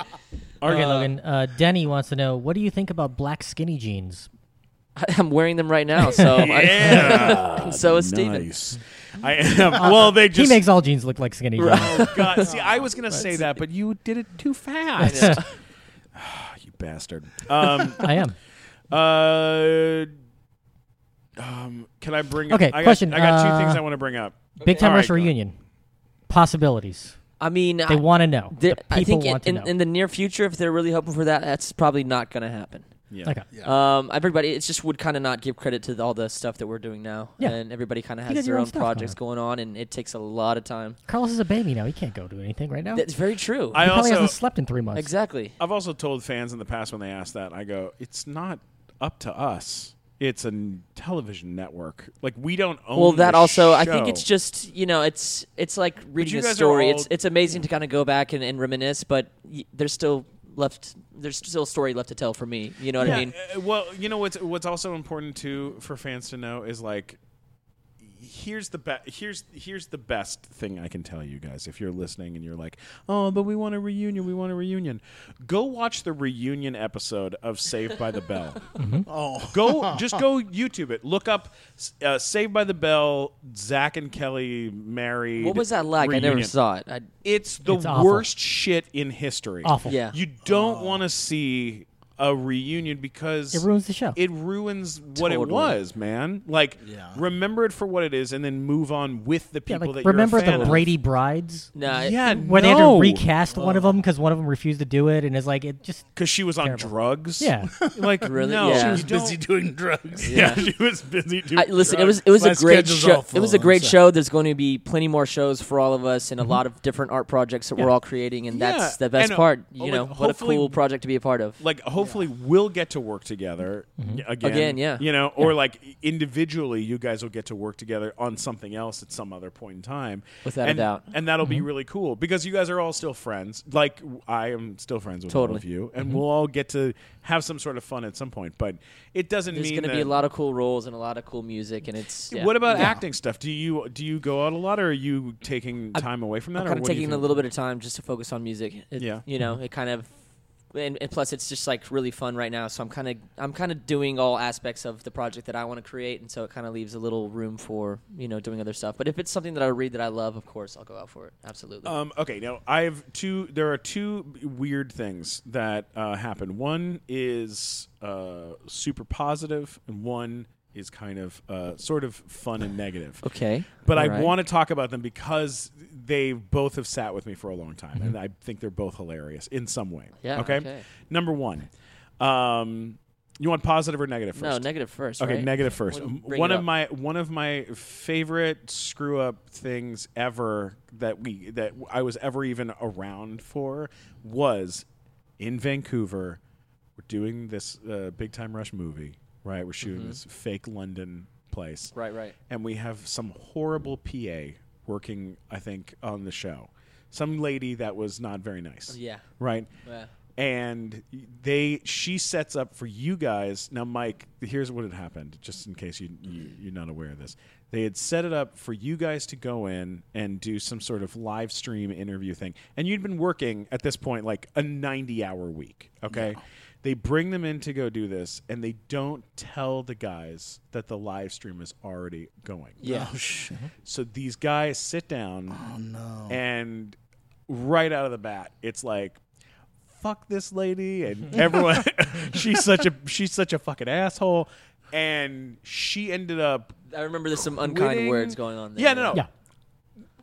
D: Okay, Logan. Uh, Denny wants to know what do you think about black skinny jeans?
C: I'm wearing them right now, so
B: Yeah.
C: I, so is Steven.
E: Nice.
B: I am. Well, they
D: He
B: just
D: makes all jeans look like skinny jeans.
B: Oh God! See, I was gonna say that, but you did it too fast.
C: know.
E: You bastard.
B: Um,
D: I am.
B: uh, um, can I bring?
D: Okay,
B: I got,
D: question,
B: I got two
D: uh,
B: things I want to bring up.
D: Big Time
B: All
D: Rush
B: right, go.
D: reunion. Possibilities.
C: I mean,
D: They
C: I-
D: want to know.
C: There-
D: The
C: I
D: people
C: think
D: want
C: in,
D: to know.
C: in the near future, if they're really hoping for that, that's probably not going to happen.
B: Yeah.
D: okay.
C: Um, everybody, it just would kind of not give credit to the- all the stuff that we're doing now,
D: Yeah.
C: and everybody kind of
D: got
C: has
D: your
C: their
D: own
C: own
D: stuff going
C: projects
D: on.
C: going on, and it takes a lot of time.
D: Carlos is a baby now. He can't go do anything right now.
C: That's very true.
B: I
D: he probably
B: also,
D: hasn't slept in three months.
C: exactly.
B: I've also told fans in the past when they ask that, I go, "It's not up to us. It's a n- television network. Like we don't own."
C: Well, that
B: the
C: also, I think it's
B: show."
C: just you know, it's it's like reading
B: you
C: a
B: guys are
C: story.
B: all-
C: it's it's amazing to kind of go back and, and reminisce, but y- there's still left. There's still a story left to tell for me. You know what I mean?
B: Uh, well, you know what's what's also important too for fans to know is like here's the best here's here's the best thing I can tell you guys if you're listening and you're like, "Oh, but we want a reunion, we want a reunion." Go watch the reunion episode of Saved by the Bell.
D: Mm-hmm.
H: oh,
B: Go just go YouTube it. Look up uh, Saved by the Bell, Zach and Kelly married.
C: What was that like? I never
B: reunion.
C: saw it. I,
B: It's the
D: It's awful.
B: worst shit in history.
D: Awful.
C: yeah.
B: You don't want to see a reunion because
D: It ruins the show.
B: it ruins what it
C: Totally.
B: was, man. Like, remember it for what it is, and then move on with the
D: Yeah,
B: people
D: like,
B: that
D: remember
B: you're a fan
D: the
B: of.
D: Brady Brides?
C: Nah, it-
B: Yeah,
D: Where they had to
B: no.
D: recast one of them because one of them refused to do it, and it's like it just
B: because she was on
D: Terrible.
B: drugs.
D: Yeah.
B: like
C: Really?
B: no,
C: Yeah.
B: you
H: She was
B: don't-
H: busy doing drugs.
B: Yeah, she was busy doing.
C: I, listen, it
B: drugs.
C: was it was
H: My
C: a great
H: schedule's
C: show.
H: all
C: It was
H: full,
C: a great
H: I'm sorry.
C: show. There's going to be plenty more shows for all of us, and a lot of different art projects that we're all creating, and that's
B: Mm-hmm. Yeah,
C: the best
B: and, uh,
C: part.
B: oh,
C: You
B: like,
C: know, what a
B: hopefully-
C: cool project to be a part of.
B: like hopefully we'll get to work together y- again.
C: Mm-hmm. Again, yeah.
B: You know, or like individually you guys will get to work together on something else at some other point in time.
C: Without a
B: and,
C: doubt. Mm-hmm.
B: And that'll be really cool because you guys are all still friends. Like w- I am still friends with all
C: Totally. Mm-hmm.
B: of you and we'll all get to have some sort of fun at some point, but it doesn't
C: There's
B: mean
C: going to
B: that,
C: be a lot of cool roles and a lot of cool music, and it's yeah.
B: What about acting stuff? Do you do you go out a lot or are you taking time away from that
C: I'm
B: or
C: kind of
B: what do you
C: taking a
B: think?
C: little bit of time just to focus on music. It-
B: Yeah. Mm-hmm.
C: you know, it kind of, and, and plus it's just like really fun right now. So I'm kind of I'm kind of doing all aspects of the project that I want to create, and so it kind of leaves a little room for you know doing other stuff. But if it's something that I read that I love, of course I'll go out for it. Absolutely.
B: Um, okay, now I have two. There are two weird things that uh, happen. One is uh, super positive, and one is kind of uh, sort of fun and negative.
C: okay.
B: But I
C: Alright.
B: want to talk about them because they both have sat with me for a long time, and I think they're both hilarious in some way.
C: Mm-hmm. Yeah,
B: Okay.
C: okay.
B: Number one, um, you want positive or negative first?
C: No, negative first.
B: Okay,
C: right?
B: negative first.
C: Well,
B: Um,
C: bring
B: One
C: it
B: of
C: up.
B: my one of my favorite screw up things ever that we that I was ever even around for was in Vancouver. We're doing this uh, big time rush movie, right? We're shooting this fake London place,
C: Mm-hmm. Right, right.
B: and we have some horrible PA working. I think on the show, some lady that was not very nice.
C: Yeah.
B: right
C: Yeah.
B: and they she sets up for you guys now mike here's what had happened just in case you, you you're not aware of this they had set it up for you guys to go in and do some sort of live stream interview thing and you'd been working at this point like a 90 hour week okay they bring them in to go do this and they don't tell the guys that the live stream is already going
C: Yeah.
H: Oh,
B: so these guys sit down.
C: Oh,
B: And right out of the bat, it's like, fuck this lady and everyone she's such a she's such a fucking asshole. And she ended up
C: I remember there's some unkind
B: quitting.
C: words going on there.
B: Yeah, no, no.
D: Yeah.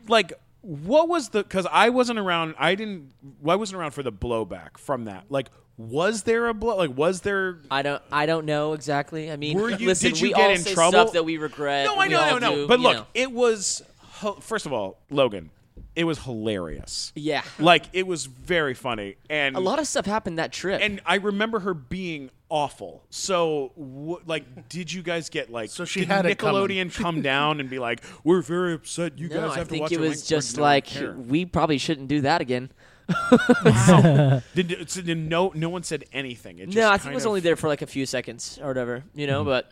B: Like what was the cuz I wasn't around I didn't I wasn't around for the blowback from that. Like was there a blow like was there
C: I don't. I don't know exactly. I mean,
B: Were you-
C: listen,
B: did you
C: we
B: get
C: all
B: in
C: say
B: trouble?
C: stuff that we regret.
B: No, I
C: we
B: know, I
C: all
B: know, I know.
C: do,
B: but
C: you
B: look,
C: know.
B: it was hi- first of all, Logan, it was hilarious.
C: Yeah.
B: like it was very funny, and
C: a lot of stuff happened that trip.
B: and I remember her being awful. So, wh- like, did you guys get like?
H: So she
B: did
H: had it coming.
B: Nickelodeon come down and be like, "We're very upset. You
C: no,
B: guys
C: I
B: have to
C: think
B: watch."
C: it
B: a
C: was
B: link-
C: just
B: no, I
C: like
B: don't care."
C: we probably shouldn't do that again.
B: Wow. did, so did no no one said anything. It just
C: no, I think
B: kind
C: it was
B: of- Mm-hmm.
C: only there for like a few seconds or whatever, you know. But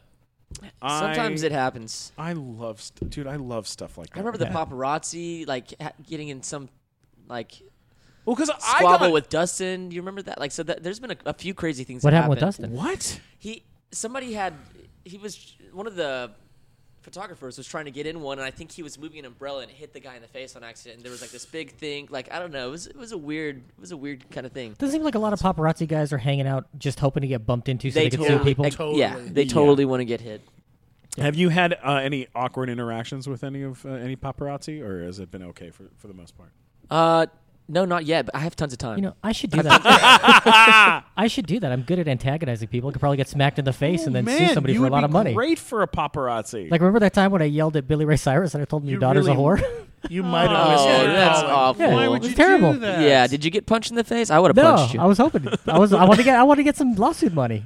C: sometimes
B: I-
C: it happens.
B: I love, st- dude. I love stuff like that.
C: I remember the paparazzi like ha- getting in some like
B: well, because I
C: squabble
B: got,
C: with Dustin. You remember that? Like, so that, there's been a, a few crazy things.
D: what
C: that
D: happened with
C: happened
D: Dustin?
B: what?
C: he somebody had he was one of the photographers was trying to get in one and i think he was moving an umbrella and it hit the guy in the face on accident and there was like this big thing like i don't know it was it was a weird it was a weird kind of thing
D: Doesn't seem like a lot of paparazzi guys are hanging out just hoping to get bumped into so they,
C: they
D: can
C: totally,
D: see people.
C: like, yeah they totally want to get hit
B: Have you had uh, any awkward interactions with any of uh, any paparazzi, or has it been okay for for the most part?
C: uh no not yet but i have tons of time
D: You know, I should do that. I should do that. I'm good at antagonizing people. I could probably get smacked in the face and then sue
B: Oh, Man,
D: somebody
B: you
D: for a
B: would
D: lot
B: be
D: of money.
B: Great for a paparazzi.
D: Like remember that time when I yelled at Billy Ray Cyrus and I told him your
H: You
D: daughter's a
H: really-
D: whore?
H: You might have missed
C: oh
H: your
C: that's
H: calling.
C: awful
D: Yeah.
B: Why
D: It
B: would
D: was
B: you
D: terrible.
B: do that?
C: yeah did you get punched in the face i would have
D: no,
C: punched you
D: I was hoping. I was. I want to get. I want to get some lawsuit money.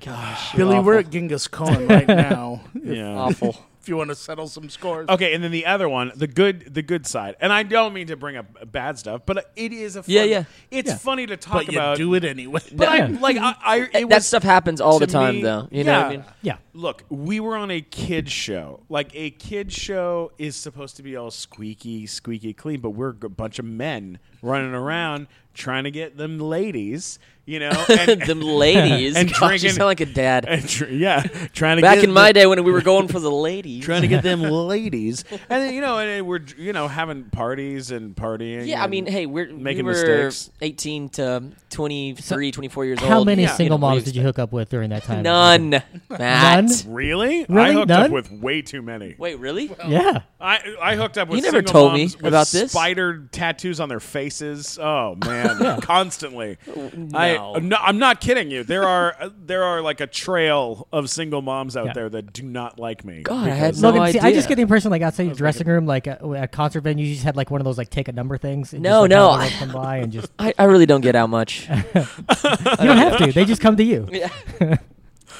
H: Billy, we're at Genghis Khan right now.
B: Yeah.
C: awful
H: if you want to settle some scores.
B: Okay, and then the other one, the good, the good side, and I don't mean to bring up bad stuff, but it is a fun,
C: Yeah, yeah.
B: It's funny to talk
H: But you
B: about.
H: do it anyway.
B: but I,
D: Yeah.
B: like I, I it
C: that
B: was,
C: stuff happens all the
B: to
C: time
B: me-
C: though you know what i
B: yeah.
C: mean
D: Yeah.
B: Look, we were on a kid show. Like a kid show is supposed to be all squeaky, squeaky clean, but we're a bunch of men running around trying to get them ladies, you know, and,
C: them ladies.
B: And
C: God, you
B: drinking-
C: sound like a dad.
B: and tr- yeah, trying to
C: Back
B: get
C: in my
B: the-
C: day when we were going for the ladies.
B: trying to get them ladies, and then, you know, and, then we're you know having parties and partying.
C: Yeah, I
B: and
C: mean, hey, we're
B: making
C: we were
B: mistakes.
C: 18 to 23, 24 years old.
D: How many
C: Yeah.
D: single
C: You know, what
D: moms
C: do
D: did you hook up with during that time?
C: None. Matt.
B: Really? I
D: Really?
B: hooked up
D: None?
B: with way too many.
C: Wait, really?
D: Yeah.
B: I I hooked up with
C: You never
B: single
C: told me
B: moms with
C: about this.
B: Spider tattoos on their faces. Oh man, constantly.
C: No.
B: I no, I'm not kidding you. There are uh, there are like a trail of single moms out
D: Yeah.
B: there that do not like me.
C: God, I had
B: because-
C: no
D: Logan, see,
C: idea.
D: I just get the impression like outside your dressing room, like at, at concert venues, you just had like one of those like take a number things. And
C: No,
D: just, like,
C: no,
D: have
C: I-
D: everyone come by and just
C: I, I really don't get out much.
D: you don't have to. They just come to you.
C: yeah.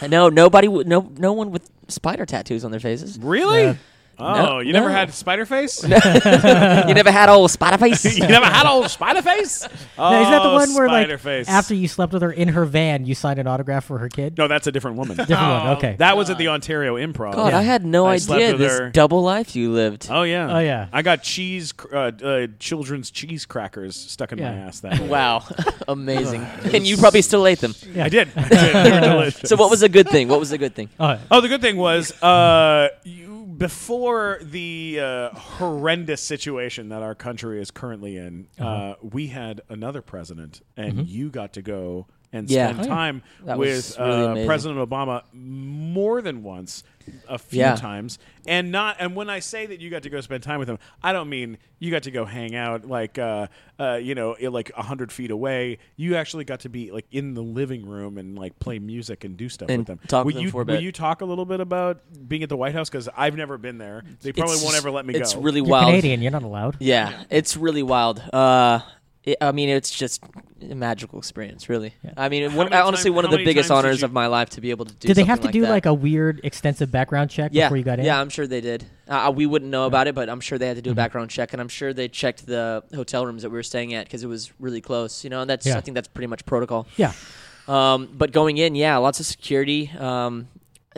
C: No, nobody. would- No, no one with spider tattoos on their faces.
B: Really?
D: Yeah.
B: oh,
C: No,
B: you never
C: no.
B: had spider face?
C: you never had old spider face.
B: you never had old spider face? Oh,
D: Now, is that the one where
B: spider
D: like
B: face.
D: after you slept with her in her van, you signed an autograph for her kid?
B: No, that's a different woman.
D: Different
C: Oh,
D: one. Okay.
B: that was at the Ontario Improv.
C: God, I had no
B: I slept
C: idea
B: with
C: this
B: her.
C: double life you lived.
B: Oh yeah.
D: Oh, yeah.
B: I got cheese cr- uh, uh, children's cheese crackers stuck in my
D: Yeah.
B: ass that. Wow.
C: Wow, amazing. and you probably still ate them.
B: I did. I did. They were delicious.
C: So what was a good thing? What was a good thing?
D: Oh,
B: Oh, the good thing was uh, you, before the uh, horrendous situation that our country is currently in, uh
C: Uh-huh.
B: we had another president, and you got to go and
C: Mm-hmm. Yeah.
B: spend
C: Oh, yeah.
B: time
C: That was
B: with
C: really
B: uh,
C: amazing.
B: President Obama more than once, a few
C: Yeah.
B: times, and not. And when I say that you got to go spend time with him, I don't mean you got to go hang out like uh, uh, you know i- like hundred feet away. You actually got to be like in the living room and like play music and do stuff
C: And
B: with them.
C: talk
B: Will
C: to them
B: you,
C: for a
B: will
C: bit.
B: you talk a little bit about being at the White House? Because I've never been there. They probably
C: It's
B: won't
C: just-
B: ever let me
C: It's
B: go.
C: really
D: you're
C: wild.
D: Canadian. You're not allowed.
C: Yeah, it's really wild. Uh, it, I mean, it's just a magical experience, really. I mean, one,
B: many
C: honestly,
B: time-
C: one of
B: how
C: the
B: many
C: biggest
B: times did
C: honors
B: you-
C: of my life to be able to do.
D: Did they
C: something
D: have to do
C: that.
D: like a weird extensive background check
C: yeah,
D: before you got in? Mm-hmm.
C: Yeah, I'm sure they did. Uh, we wouldn't know about it, but I'm sure they had to do a background check, and I'm sure they checked the hotel rooms that we were staying at because it was really close. You know, and that's
D: Yeah.
C: I think that's pretty much protocol.
D: Yeah.
C: Um, but going in, yeah, lots of security. Um,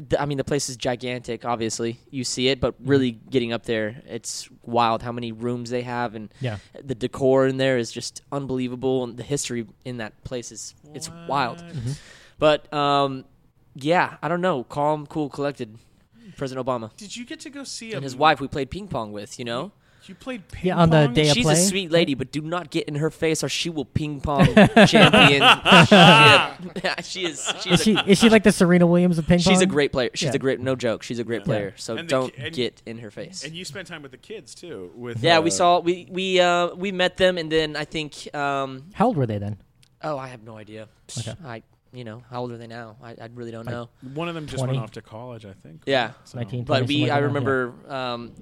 C: th- I mean, the place is gigantic. Obviously, you see it,
D: Mm-hmm.
C: but really getting up there, it's wild how many rooms they have, and
D: Yeah.
C: the decor in there is just unbelievable, and the history in that place is it's wild.
D: Mm-hmm.
C: But um, yeah, I don't know, calm, cool, collected, President Obama
B: Did you get to go see
C: and his wife. We played ping pong with, you know.
B: You played ping
D: Yeah, on the
B: pong?
D: day of
C: She's
D: play.
C: a sweet lady, but do not get in her face, or she will ping pong champion. shit. she is. She is,
D: Is
C: a
D: she is she like the Serena Williams of ping pong?
C: She's a great player. She's
D: Yeah.
C: a great no joke. She's a great player. So
B: And the
C: don't
B: ki- and-
C: get in her face.
B: And you spent time with the kids too. With
C: yeah,
B: uh,
C: we saw we we uh, we met them, and then I think um,
D: How old were they then?
C: oh I have no idea. Psh, I you know how old are they now? I, I really don't know.
B: one of them just
D: 20.
B: went off to college. I think.
C: Yeah,
B: So-
D: 19,
C: but
D: 20,
C: we
D: something
C: I
D: like that, yeah.
C: remember um,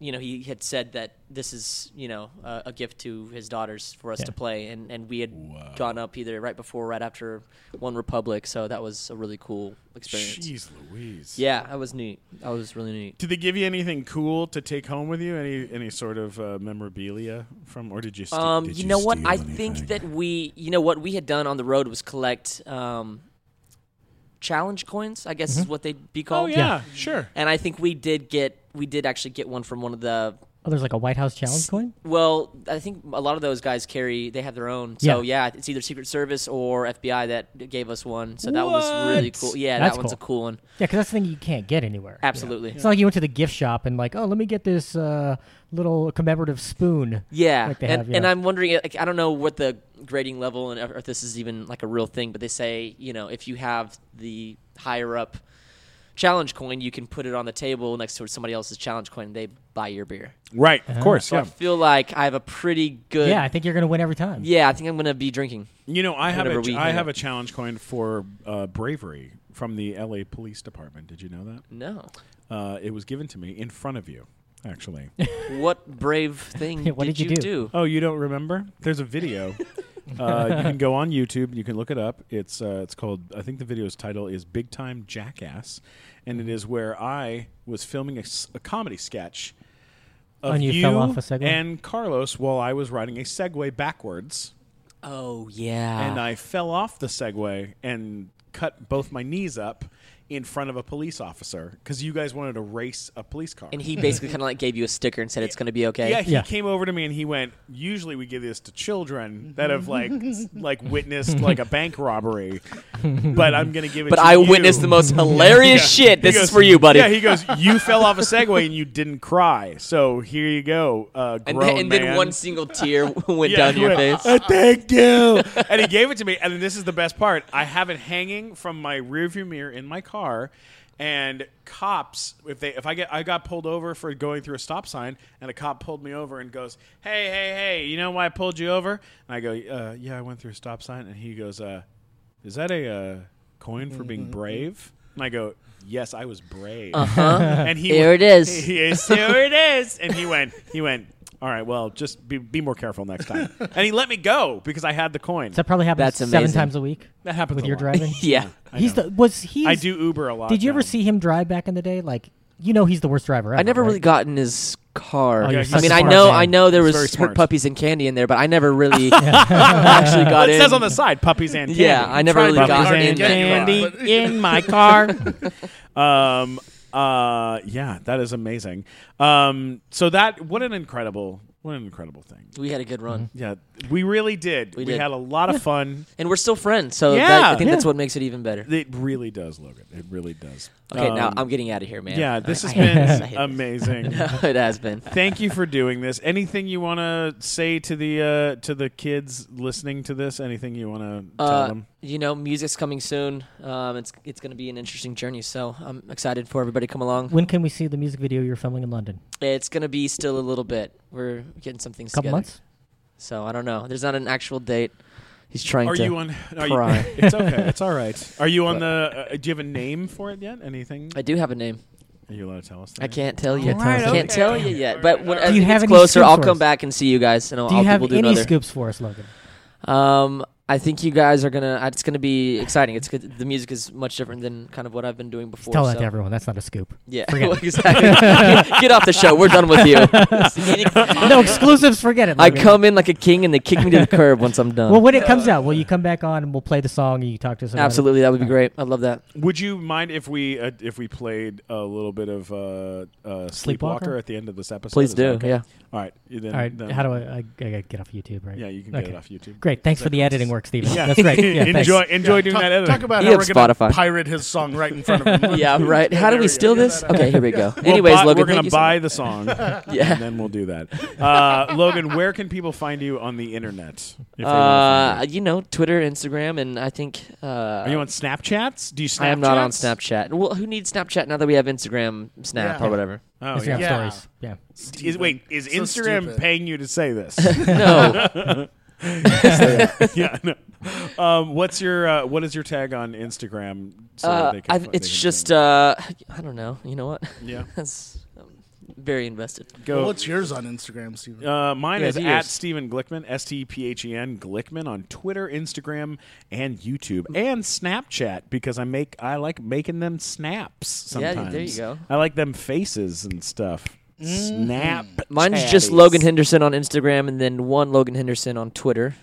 C: you know he had said that this is you know a, a gift to his daughters for us
D: Yeah.
C: to play, and and we had gone up either right before, or right after One Republic. So that was a really cool experience.
B: Jeez Louise.
C: Yeah, that was neat. That was really neat.
B: Did they give you anything cool to take home with you? Any any sort of uh, memorabilia from, or did you? St-
C: Um,
E: Did
C: you
E: you
C: know what?
E: steal
C: I
E: anything?
C: think that we, you know, what we had done on the road was collect um, challenge coins. I guess
D: Mm-hmm.
C: is what they'd be
B: oh
C: called.
B: yeah, sure.
C: And I think we did get, we did actually get one from one of the.
D: Oh, there's like a White House challenge coin.
C: Well, I think a lot of those guys carry. They have their own. So yeah, it's either Secret Service or FBI that gave us one. So that was really
B: What?
C: cool. Yeah,
D: That's
C: that one's a
D: cool.
C: cool one.
D: Yeah, because that's the thing you can't get anywhere.
C: Absolutely.
D: It's not like you went to the gift shop and like, oh, let me get this uh, little commemorative spoon.
C: Yeah,
D: Like they
C: and,
D: have, yeah.
C: and I'm wondering, like, I don't know what the grading level and or if this is even like a real thing, but they say you know if you have the higher up challenge coin, you can put it on the table next to somebody else's challenge coin, and they buy your beer.
B: Right, of course.
C: So I
B: Yeah.
C: feel like I have a pretty good.
D: Yeah, I think you're gonna win every time.
C: yeah, I think I'm gonna be drinking.
B: You know, I have
C: Whenever
B: a,
C: we
B: I
C: hang
B: have
C: out.
B: a challenge coin for uh, bravery from the L.A. Police Department. Did you know that?
C: No,
B: Uh, it was given to me in front of you, actually.
C: what brave thing
D: Yeah, what
C: did,
D: did you
C: you
D: do?
B: oh, you don't remember? There's a video. uh, you can go on YouTube. You can look it up. It's uh, it's called. I think the video's title is "Big Time Jackass," and
D: Mm-hmm.
B: it is where I was filming a, s- a comedy sketch. Of
D: And you fell off a Segway?
B: and Carlos while I was riding a Segway backwards.
C: Oh yeah,
B: and I fell off the Segway and cut both my knees up in front of a police officer because you guys wanted to race a police car.
C: And he basically kind of like gave you a sticker and said it's going to be okay.
B: Yeah, he
D: Yeah.
B: came over to me and he went. Usually, we give this to children that have like s- like witnessed like a bank robbery, but I'm gonna give it.
C: But
B: to
C: I
B: you."
C: witnessed the most hilarious shit.
B: He
C: This is
B: goes-
C: for you, buddy.
B: Yeah, he goes. You fell off a Segway and you didn't cry, so here you go, uh,
C: and,
B: grown
C: then, and then
B: man."
C: one single tear went
B: Yeah,
C: down your
B: he went,
C: face.
B: "Uh, Thank you. and he gave it to me. And this is the best part. I have it hanging from my rearview mirror in my car. And cops, if they, if I get, I got pulled over for going through a stop sign, and a cop pulled me over and goes, "Hey, hey, hey, you know why I pulled you over?" And I go, uh, "Yeah, I went through a stop sign." And he goes, uh, "Is that a uh, coin for being brave?" And I go, "Yes, I was brave." And he
C: Uh-huh. Here
B: wa-
C: it is.
B: Yes, here it is. And he went. He went. All right. Well, just be be more careful next time. And he let me go because I had the coin.
D: That probably happens
C: That's
D: seven
C: amazing.
D: times a week.
B: That happens
D: with
B: a
D: your
B: lot.
D: driving.
C: yeah.
D: he's the was he?
B: I do Uber a lot.
D: Did you ever
B: now.
D: see him drive back in the day? Like you know, he's the worst driver. Ever,
C: I never
D: right?
C: really got in his car.
D: Oh, you're
B: Yeah,
D: such
C: I
D: a
C: mean, I
D: smart
C: know,
D: man.
C: I know there
B: He's
C: was
B: very
C: smart
B: smart.
C: puppies and candy in there, but I never really actually got
B: It
C: in.
B: says on the side, puppies and
C: Yeah,
B: candy.
C: I never
B: Try
C: really
B: puppies
C: got
B: and
C: in that
B: candy in my car. um. Uh. Yeah, that is amazing. Um. So that what an incredible what an incredible thing.
C: we had a good run,
D: Mm-hmm.
B: Yeah, we really did.
C: We did.
B: had a lot of fun.
C: and we're still friends. So
B: Yeah,
C: that, I think
B: yeah.
C: that's what makes it even better.
B: It really does, Logan. It really does.
C: Okay, now
B: Um,
C: I'm getting out of here, man.
B: Yeah, this
C: I-
B: has
C: I hate this. I
B: been
C: hate this.
B: amazing.
C: it has been.
B: Thank you for doing this. Anything you want to say to the uh, to the kids listening to this? Anything you want to tell
C: Uh,
B: them?
C: you know, music's coming soon. Um, it's it's going to be an interesting journey. So I'm excited for everybody to come along.
D: When can we see the music video you're filming in London?
C: It's going to be still a little bit. We're getting some things
D: A couple
C: together.
D: months.
C: So I don't know. There's not an actual date. He's trying
B: Are
C: to.
B: you on? Are you,
C: cry.
B: it's okay. It's all right. Are you on the? Uh, do you have a name for it yet? Anything?
C: I do have a name.
B: Are you allowed to tell us? That?
C: I can't tell you.
D: Can't tell us
C: I can't
D: that.
C: tell you yet. But when as
D: you
C: it
D: have
C: gets
D: any
C: closer,
D: scoop
C: I'll
D: for
C: come
D: us?
C: back and see you guys, and I'll,
D: Do you
C: I'll,
D: have
C: we'll do
D: any
C: another.
D: scoops for us, Logan?
C: Um, I think you guys are gonna. It's gonna be exciting. It's good. the music is much different than kind of what I've been doing before.
D: Tell that
C: so-
D: to everyone. That's not a scoop.
C: Yeah,
D: Forget it.
C: exactly. Get- Get off the show. We're done with you.
D: no exclusives. Forget it.
C: I
D: Logan.
C: come in like a king, and they kick me to the curb once I'm done.
D: Well, when it comes out, will you come back on and we'll play the song and you talk to us? About
C: Absolutely, that would be great. I love that.
B: Would you mind if we uh, if we played a little bit of uh, uh, Sleepwalker,
D: Sleepwalker?
B: at the end of this episode?
C: Please
B: Is that
C: do,
B: okay?
C: yeah.
B: All right. you Then,
D: It? All right.
B: then-
D: How do I, I, I gotta get off YouTube? Right.
B: Yeah, you can get it off YouTube.
D: Great. Thanks for the editing work, Steven. That's great. Yeah, thanks.
B: enjoy enjoy doing
H: talk,
B: that editing.
H: talk about
C: You
H: how
C: have
H: we're going to
C: Spotify.
H: pirate his song right in front of him.
C: Yeah, right. How do
H: There go.
C: we steal
H: Get
C: this?
H: that out.
C: Okay, here we go.
B: We'll
C: Anyways,
B: buy-
C: Logan,
B: we're gonna
C: thank you so
B: buy
C: much.
B: the song,
C: Yeah.
B: and then we'll do that. Uh, Logan, where can people find you on the internet? If they wanna
C: Uh,
B: find
C: you know, Twitter, Instagram, and I think. Uh,
B: you? Are you on Snapchats? Do you Snapchats?
C: I am not on Snapchat. Well, who needs Snapchat now that we have Instagram, Snap,
H: Yeah.
C: or whatever?
B: Oh,
D: Instagram
B: yeah.
H: Yeah.
D: stories. Yeah.
B: Is, wait, is
H: So
B: Instagram
H: stupid.
B: paying you to say this?
C: No, uh,
B: yeah. No. Um, what's your uh, what is your tag on Instagram? So that
C: uh,
B: they can
C: I,
B: fi- they
C: it's
B: can
C: just.
B: find
C: Uh, I don't know. You know what?
B: you? yeah.
C: That's um, very invested.
B: Go.
H: What's yours on Instagram, Steven?
B: uh, mine
C: Yeah,
B: is
C: do
B: at
C: yours.
B: Stephen Glickman, S T P H E N Glickman on Twitter, Instagram, and YouTube, and Snapchat because I make I like making them snaps.
C: Yeah,
B: Sometimes
C: there you go. Mm-hmm.
B: I like them faces and stuff. Snap.
C: Mine's just Logan Henderson on Instagram, and then one Logan Henderson on Twitter.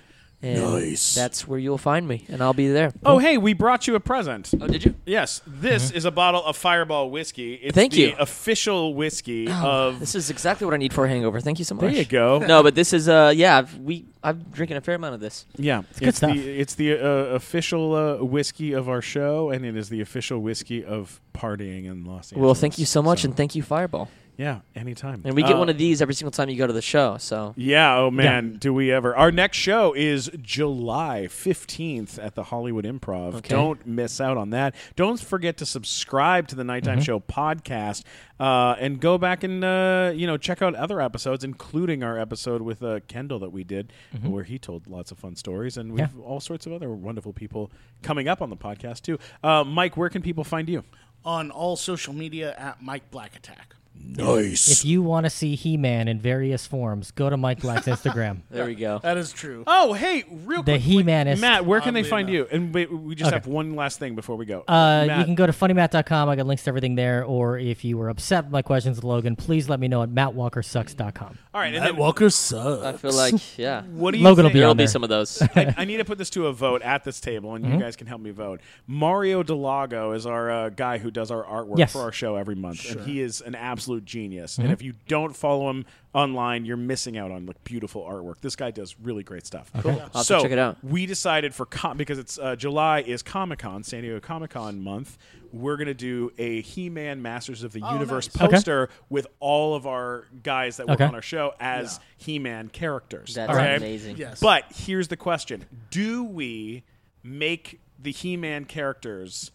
C: And
E: Nice.
C: That's where you'll find me, and I'll be there.
B: Oh, hey, we brought you a present.
C: Oh, did you?
B: Yes, this is a bottle of Fireball whiskey. It's
C: Thank
B: the
C: you. Oh,
B: Official whiskey of.
C: This is exactly what I need for a hangover. Thank you so much.
B: there you go.
C: No, but this is uh yeah I've, we I'm drinking a fair amount of this.
B: Yeah, it's,
D: good stuff.
B: the it's the uh, official uh, whiskey of our show, and it is the official whiskey of partying in Los Angeles.
C: Well, thank you so much, and thank you Fireball.
B: yeah, anytime.
C: And we get
B: Uh,
C: one of these every single time you go to the show. So
B: Yeah. Oh man, do we ever? Our next show is July fifteenth at the Hollywood Improv.
C: Okay.
B: Don't miss out on that. Don't forget to subscribe to the Nighttime Show podcast, uh, and go back and uh, you know check out other episodes, including our episode with uh, Kendall that we did, where he told lots of fun stories, and we have all sorts of other wonderful people coming up on the podcast too. Uh, Mike, where can people find you?
H: on all social media at Mike Black Attack.
D: If
J: Nice.
D: you want to see He Man in various forms, go to Mike Black's Instagram.
C: There we go.
A: That is true.
B: Oh, hey, real
D: The
B: quick,
D: He
B: wait,
D: Manist.
B: Matt, where can they
A: Oddly
B: find
A: enough.
B: you? And we, we just
D: Okay.
B: have one last thing before we go.
D: Uh,
B: Matt,
D: you can go to funnymat.com. I got links to everything there. Or if you were upset with my questions with Logan, please let me know at mattwalkersucks.com.
B: all right, and
A: Matt
B: then
A: Walker sucks.
B: Uh,
C: I feel like yeah.
B: what do you
D: Logan will
B: think?
D: be
C: There'll
D: on
C: be
D: there.
C: some of those.
B: I, I need to put this to a vote at this table,
C: Mm-hmm.
B: and you guys can help me vote. Mario Delago is our uh, guy who does our artwork
D: Yes.
B: for our show every month, and he is an absolute genius.
C: Mm-hmm.
B: And if you don't follow him online, you're missing out on like beautiful artwork. This guy does really great stuff. Cool.
C: I'll have to
B: so
C: check it out.
B: we decided for com- because it's uh, July is Comic Con, San Diego Comic Con month. We're gonna do a He-Man Masters of the Universe
D: Okay.
B: poster with all of our guys that work
D: Okay.
B: on our show as He-Man characters.
C: That's
B: okay?
C: amazing.
A: Yes.
B: But here's the question: Do we make the He-Man characters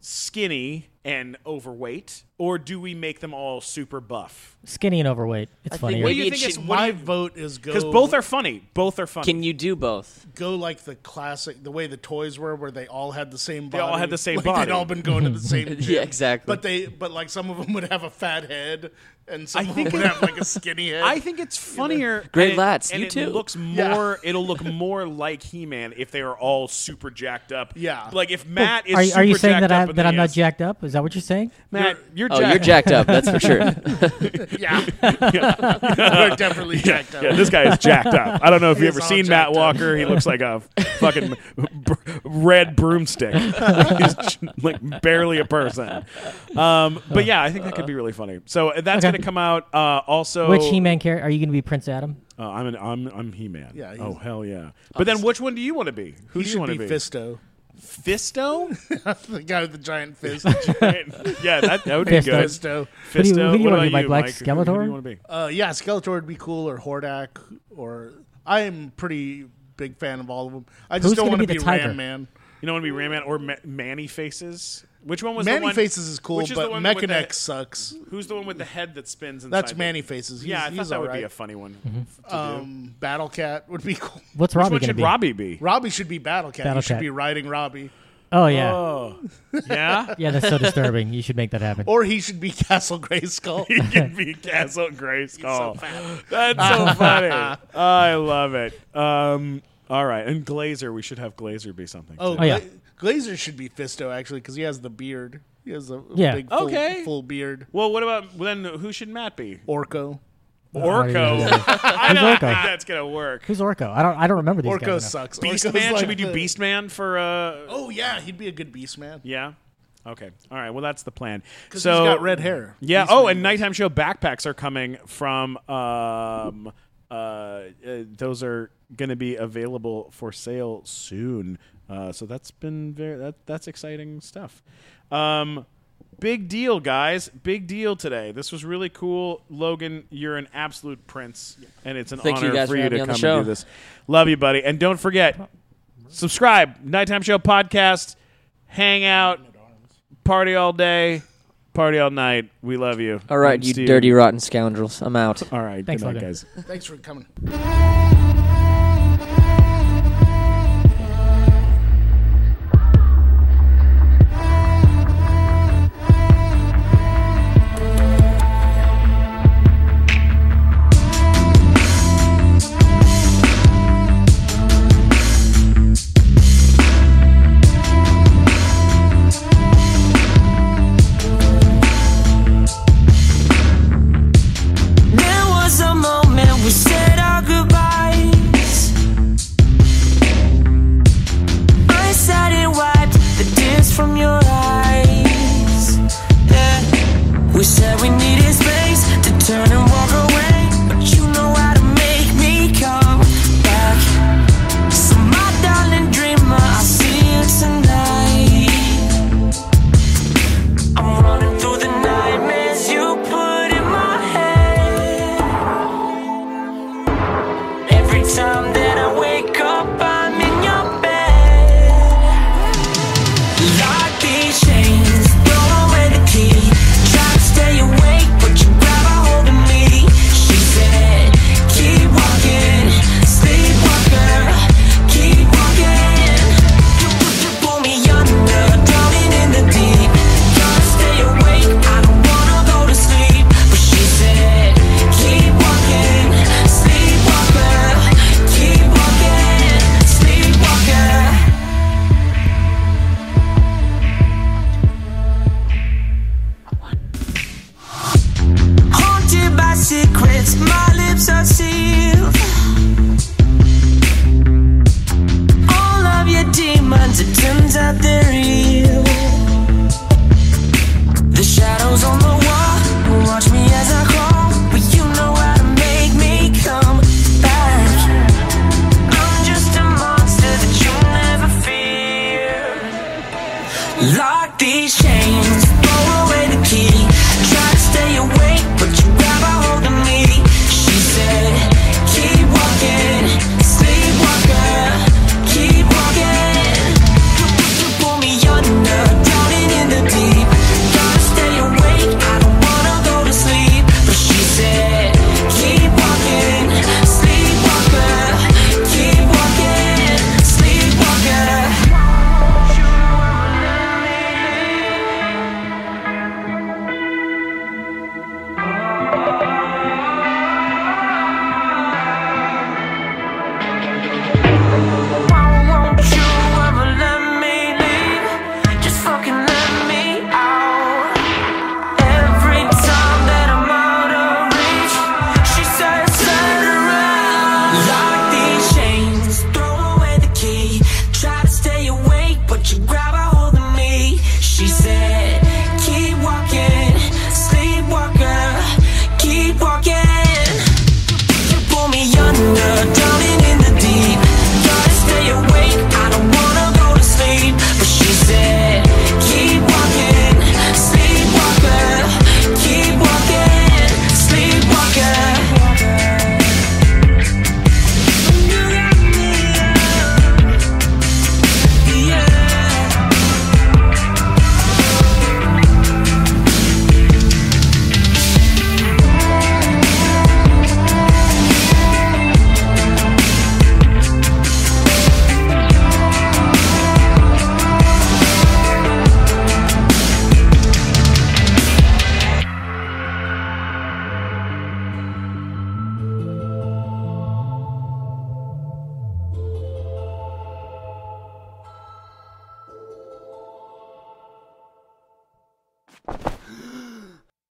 B: skinny and overweight, or do we make them all super buff?
D: Skinny and overweight. It's
C: I
D: funnier.
C: think
B: do
C: maybe
B: you
C: it
B: think
C: should.
B: is- what do
A: my
B: you-
A: vote is go
B: Because both are funny. Both are funny.
C: Can you do both?
A: go like the classic, the way the toys were, where they all had the same.
B: They
A: body.
B: all had the same
A: like
B: body.
A: They'd all been going to the same. Gym.
C: Yeah, exactly.
A: But they, but like some of them would have a fat head, and some
B: I
A: of
B: think
A: them would
B: it-
A: have like a skinny head.
B: I think it's funnier.
C: Great
B: and it-
C: lats,
B: and
C: you
B: it
C: too.
B: Looks more. It'll look more like He-Man if they are all super jacked up.
A: Yeah.
B: Like
C: Oh,
B: if Matt is.
D: are, you-
B: super
D: are you saying
B: jacked
D: that, I,
B: up and
D: that
B: then
D: I'm
B: he
D: not
B: has-
D: jacked up? Is that what you're saying?
B: Matt, you're
C: Oh,
B: jacked.
C: you're jacked up. That's for sure.
A: they're definitely jacked up.
B: Yeah, this guy is jacked up. I don't know if you've
A: is
B: ever
A: all
B: seen Matt
A: jacked up.
B: Walker. He looks like a fucking br- red broomstick. He's j- like barely a person. Um, but yeah, I think that could be really funny. So uh, that's
D: Okay.
B: going to come out. Uh, also,
D: Which He Man character? Are you going to be Prince Adam?
B: Uh, I'm an I'm I'm He-Man.
A: Yeah, he's-
B: oh hell yeah. But then which one do you want to be? Who
A: He
B: do you
A: should
B: want
A: be
B: to be?
A: Fisto,
B: Fisto?
A: the guy with the giant fist.
B: yeah, that, that would be
D: Fisto.
B: good.
A: Fisto.
D: Who do you-
B: Fisto.
D: who do you
B: what
D: wanna be,
B: about
D: Mike
B: you,
D: Black
B: Mike? Who- who do
D: Skeletor?
B: you want to be?
A: Uh, yeah, Skeletor would be cool, or Hordak, or I am pretty big fan of all of them. I just
D: Who's
A: don't
D: gonna
A: want to
D: be
A: be,
D: the tiger?
A: Ram Man.
B: You don't want to be Ram Man or Ma- Manny Faces? Which one was the
A: Manny
B: one-
A: Faces is cool,
B: which is
A: but
B: the one with the-
A: Mechanex sucks.
B: Who's the one with the head that spins? Inside
A: That's
B: the-
A: Manny Faces. He's,
B: Yeah, I
A: he's
B: thought that would
A: alright.
B: be a funny one. f- To
A: um, Battle Cat would be cool.
D: What's
B: do. Mm-hmm. Which
D: Robbie
B: one
D: going to
B: should
D: be?
B: Robbie be?
A: Robbie should be Battle Cat.
D: Battle
A: you should
D: Cat.
A: be riding Robbie,
D: Oh, yeah.
B: Oh, yeah.
D: Yeah, that's so disturbing. You should make that happen.
A: or he should be Castle Grayskull.
B: He can be Castle Grayskull. That's so funny. I love it. Um, all right, and Glazer. We should have Glazer be something.
A: oh,
B: too.
D: Oh, yeah.
A: Gla- Glazer should be Fisto actually because he has the beard. He has a
D: Yeah.
A: big full,
B: Okay.
A: full beard.
B: Well, what about then? Who should Matt be?
A: Orko.
B: Orko. I
D: Who's
B: don't think
D: Orko?
B: that's gonna work.
D: Who's Orko? I don't. I don't remember these
A: Orko
D: guys enough.
A: sucks.
B: Beast
A: Orko's
B: Man?
A: like
B: should we do
A: the-
B: Beast Man for? Uh,
A: Oh yeah, he'd be a good Beast Man.
B: yeah. Okay. All right. Well, that's the plan.
A: Because
B: So
A: he's got red hair.
B: Yeah. oh, and nighttime show backpacks are coming from. Um, uh, uh, those are going to be available for sale soon. Uh, so that's been very that that's exciting stuff. Um, big deal, guys. Big deal today. This was really cool. Logan, you're an absolute prince, and it's an
C: Thank you
B: honor
C: guys
B: for
C: for
B: you to
C: having me on the
B: come
C: show.
B: and do this. Love you, buddy, and don't forget subscribe. Nighttime show podcast. Hang out, party all day. Party all night. We love you.
C: All right,
B: I'm
C: you
B: Steven.
C: dirty rotten scoundrels. I'm out.
B: All right.
D: Thanks,
B: good night,
D: Logan.
B: guys.
A: Thanks for coming.
F: There was a moment we said our goodbyes.
I: girl.